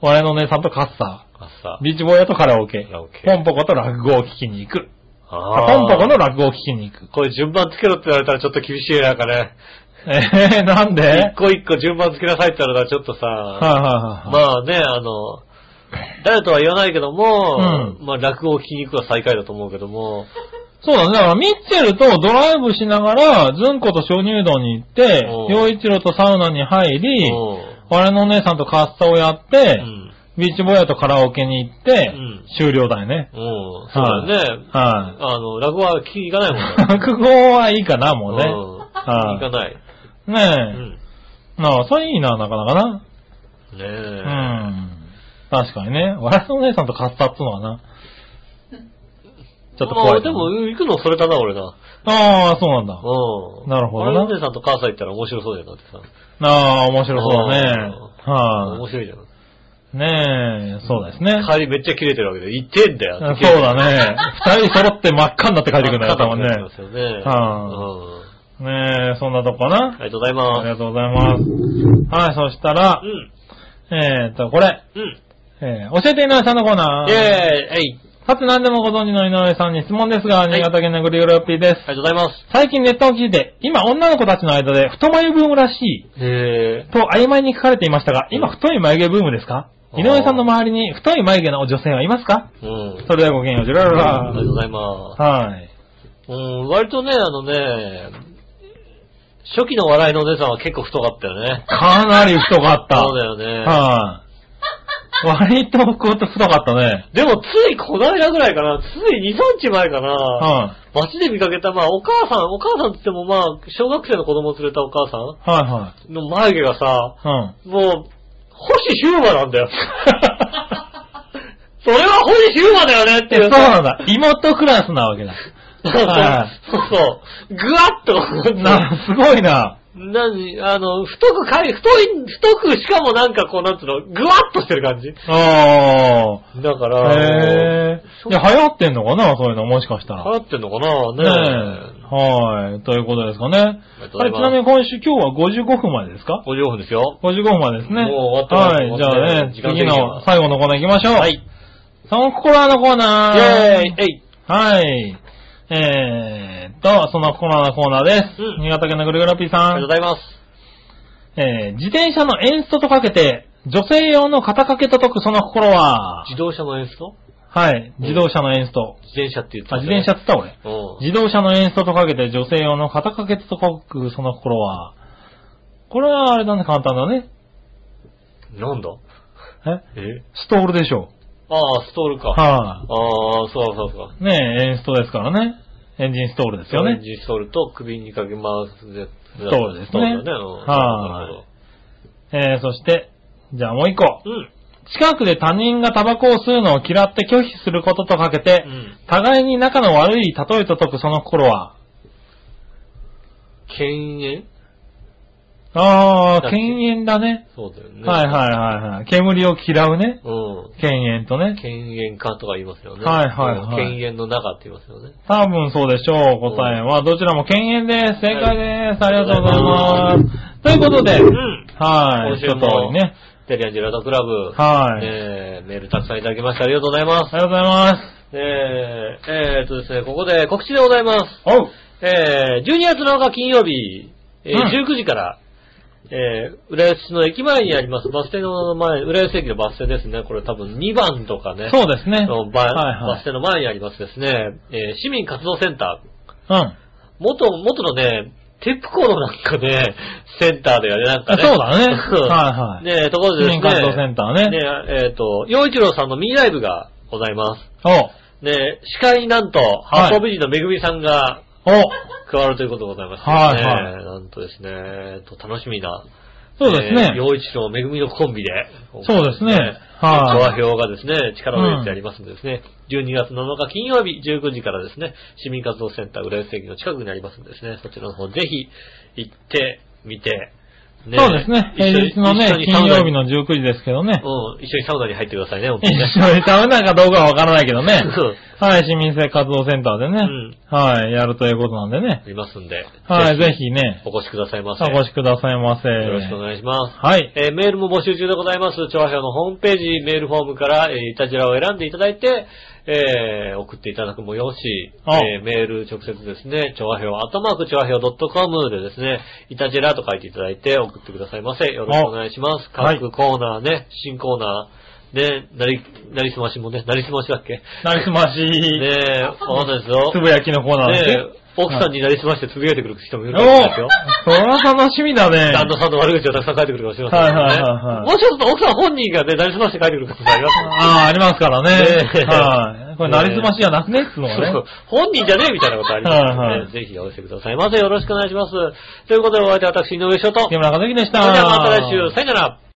S3: 笑いのお姉さんとカッサ、
S2: 朝。
S3: ビーチボーヤとカラオケ
S2: カラオケ、
S3: ポンポコと落語を聞きに行く。あ
S2: あー
S3: ポンポコの落語を聞きに行く。
S2: これ順番つけろって言われたらちょっと厳しいねなんかね。
S3: えー、なんではい
S2: 一個一個順番つけなさいって言われたらちょっとさ、
S3: はいはいはい。
S2: まあね、あの、誰とは言わないけども、まあ落語を聞きに行くは最下位だと思うけども、
S3: そうだね。だから、ミッチェルとドライブしながら、ズンコと鍾乳洞に行って
S2: お、う
S3: 洋一郎とサウナに入り、
S2: う
S3: 我のお姉さんとカッサをやって、
S2: ん。
S3: ビーチボーヤとカラオケに行って、
S2: うん
S3: 終了だよね。
S2: うん。そうだよね。
S3: は
S2: あの、落語は聞きに行かないもん
S3: い。 <laughs> 落語はいいかな、もうね
S2: ね。。うん。聞きに行かない。う
S3: ね
S2: ん。
S3: え。なあ、それいいな、なかなかな。
S2: ねえ。
S3: うん。確かにね。笑いのお姉さんとカッサっつうのはな。ちょっと怖
S2: ま
S3: い
S2: あ
S3: か
S2: で
S3: な。
S2: も、行くのそれだな、俺な。
S3: ああ、そうなんだ。
S2: うん。
S3: なるほどな
S2: な。お姉さんと母さん行ったら面白そうじゃん、だってさ。
S3: ああ、面白そうだね。
S2: 面
S3: は
S2: 白いじゃん。
S3: い。ねえ、そうですね。
S2: 帰りめっちゃ切れてるわけで、行ってんだ
S3: そう
S2: よ。
S3: だね。二人揃って真っ赤になって帰ってくるんだよ、
S2: 頭
S3: 頭ね。
S2: ね。そう
S3: ね
S2: ですよね。
S3: は
S2: うん
S3: え、そんなとこかな。
S2: ありがとうござい
S3: あ
S2: ま
S3: り
S2: す。
S3: がとうございます。はい、そしたら
S2: う、ん。
S3: えーっと、これ、
S2: うん。
S3: えー教えて井上さんのコーナ
S2: イェーイ
S3: ー。
S2: えい
S3: さて何でもご存知の井上さんに質問ですが、
S2: い
S3: 新潟県のグリグリオッピーです。
S2: ありがとうございます。
S3: 最近ネットを聞いて、今女の子たちの間で太眉ブームらしい、
S2: へ
S3: と曖昧に書かれていましたが、今太い眉毛ブームですか
S2: あー
S3: 井上さんの周りに太い眉毛の女性はいますか
S2: え。うん。
S3: それではごきげんよう、ジュララ
S2: ありがとう
S3: ラ。
S2: ございます。
S3: はい。
S2: うん、割とね、あのね、初期の笑いのお姉さんは結構太かったよね。
S3: かなり太かった。
S2: そうだよね。
S3: はい、割と、こうと太かったね。
S2: でも、ついこの間ぐらいかな、つい2、3日前かな、
S3: は
S2: 街で見かけた、まあ、お母さん、お母さんって言っても、まあ、小学生の子供を連れたお母さ
S3: い、は
S2: んの眉毛がさ、
S3: い、はい。うん。
S2: もう、星ヒューマなん
S3: <laughs>
S2: だよ。それは星ヒューマだよねっていう
S3: そう
S2: さ。
S3: なんだ。妹クラスなわけだ。
S2: そう
S3: は
S2: そう。ぐわっと。
S3: <laughs> な、すごいな。
S2: 何あの、太くかい、太い、太くしかもなんかこう、なんつうの、ぐわっとしてる感じ。
S3: お
S2: だか
S3: ー。
S2: ら、
S3: へー。で、流行ってんのかなそういうの、もしかした
S2: 流
S3: ら。
S2: 行ってんのかな
S3: ねえ。
S2: ねえ。
S3: はい。ということですかね。
S2: ありがとうご
S3: あ
S2: ざい
S3: れ、ち
S2: ます
S3: なみに今週、今日は55分までですか
S2: 55分ですよ。
S3: 55分までですね。
S2: もう終わってます
S3: はい。じゃあね、
S2: 終わってます
S3: 次の最後のコーナー行きましょう。
S2: はい。。
S3: そのコーナーのコー
S2: イェ
S3: ナー。
S2: ーイえい
S3: はい。えーっと、そのコーナーのコーナーです。
S2: うん
S3: 新潟県のぐるぐるピーさ
S2: ありがとうんご。ざいます。
S3: えー自転車のエンストとかけて、女性用の肩掛けと解くその心は、
S2: 自動車の演出と
S3: はい、
S2: うん
S3: 自動車のエンスト。
S2: 自転車って言って
S3: あ、
S2: た
S3: 自
S2: よ
S3: 転
S2: ね
S3: 車って言った俺。
S2: うん。
S3: 自動車のエンストとかけて、女性用の肩掛けと解くその心は、これはあれなんで簡単だね。
S2: なんだ
S3: え
S2: え
S3: ストールでしょ。
S2: ああ、ストールか。
S3: は
S2: ああ、そうそうそう。
S3: い。ねえ、エンストですからね。エンジンストールですよ
S2: オレン
S3: ね。
S2: ジストールと首にかけますで。
S3: そうですね
S2: そうだよね。
S3: はいえー、そして、じゃあもう一個。
S2: うん。
S3: 近くで他人がタバコを吸うのを嫌って拒否することとかけて、
S2: うん
S3: 互いに仲の悪い例えと解くその心は、
S2: 犬猿
S3: あ
S2: だっ
S3: あ、
S2: け
S3: 犬猿だね。
S2: そうだよね。
S3: はいはいはいはい。煙を嫌うね。
S2: うん。
S3: 犬猿とね。
S2: 犬猿化とか言いますよね。
S3: はいはいはい
S2: 犬猿の中って言いますよね。
S3: 多分そうでしょう。答えは、どちらも犬猿です。正解です。ありがとうございます。ということで、
S2: うん
S3: はい、
S2: 今週
S3: 一
S2: も
S3: 通りね。
S2: テリアンジェラートクラブ。
S3: はい
S2: ねえメールたくさんいただきましてありがとうございます。
S3: ありがとうございます。
S2: ねええーっとですね、ここで告知でございます。
S3: おう。
S2: えー、12月7日金曜日、えー
S3: うん
S2: 19時から、えー、浦安市の駅前にあります、バス停の前、浦安駅のバス停ですね。これ多分2番とかね。
S3: そうですね。
S2: のバ
S3: はいは
S2: バス
S3: い。
S2: 停の前にありますですね、えー市民活動センター。
S3: うん。
S2: 元、元のね、テップコのなんかね、センターだよね、なんかね。
S3: そうだね
S2: うん
S3: はいはい
S2: ねところでですね。
S3: 市民活動センターね
S2: えっ、と、洋一郎さんのミニライブがございます。
S3: おう。
S2: ね司会になんと、
S3: い
S2: 八方美人のめぐみさんが
S3: おう。
S2: 加わるということでございまして、ね。
S3: はいは
S2: なんとですね、えーと、楽しみな。
S3: そうですね
S2: えー洋一郎めぐみのコンビで。
S3: そうですね。
S2: 調和
S3: はい。
S2: 表がですね、力を入れてありますんでですね、12月7日金曜日19時からですね、市民活動センター浦安駅の近くにありますんでですね、そちらの方ぜひ行ってみて、
S3: そうですね。
S2: 一緒
S3: 平
S2: に
S3: 日のね
S2: 一緒、にサウ
S3: 金
S2: ナ
S3: 曜日
S2: に
S3: の19時ですけどね。
S2: うん、一緒にサウナに入ってくださいね、本当
S3: 一
S2: にね。。
S3: 緒に食べないかどうかはわからないけどね
S2: そう
S3: はい、市民生活動センターでね。
S2: ん
S3: はい、やるということなんでね
S2: あ。りますんで、
S3: はい、ぜひね、
S2: お越しくださいませ。
S3: お越しくださいませ。
S2: よろしくお願いします。
S3: はい。
S2: えーメールも募集中でございます。調和表のホームページ、メールフォームから、えーいたじらを選んでいただいて、えー送っていただくもよし、
S3: あ
S2: えーメール直接ですね、調和表、アットマーク調和表 .com でですね、いたじらと書いていただいて送ってくださいませ。よろしくお願いします。
S3: はい
S2: 各コーナーね、新コーナー、ね、なり、なりすましもね、なりすましだっけね
S3: なりすまし、
S2: え、わかんないですよ。
S3: つぶやきのコーナー
S2: ね
S3: です
S2: え
S3: ね。、
S2: 奥さんになりすましてつぶやいてくる人もい
S3: お
S2: る
S3: ー
S2: かもしれないですよ。
S3: それは楽しみだね。
S2: 旦那さんの悪口をたくさん書いてくるかもしれませんけどね。
S3: はいはいはいはい
S2: もうちょっと奥さん本人がね、なりすまして書いてくる可能性ありますから
S3: ああ、あり
S2: ね
S3: ますからね。はい。これ、なりすましじゃなくねっつうの
S2: そうそう
S3: がね。
S2: 本人じゃねえみたいなことあります
S3: はい
S2: の
S3: はい
S2: で、ね、ぜひお寄せくださいませ。よろしくお願いします。ということで、お相手は私、井上翔と。それ
S3: 木
S2: で
S3: 村和樹でした。
S2: はまた来週、さよなら。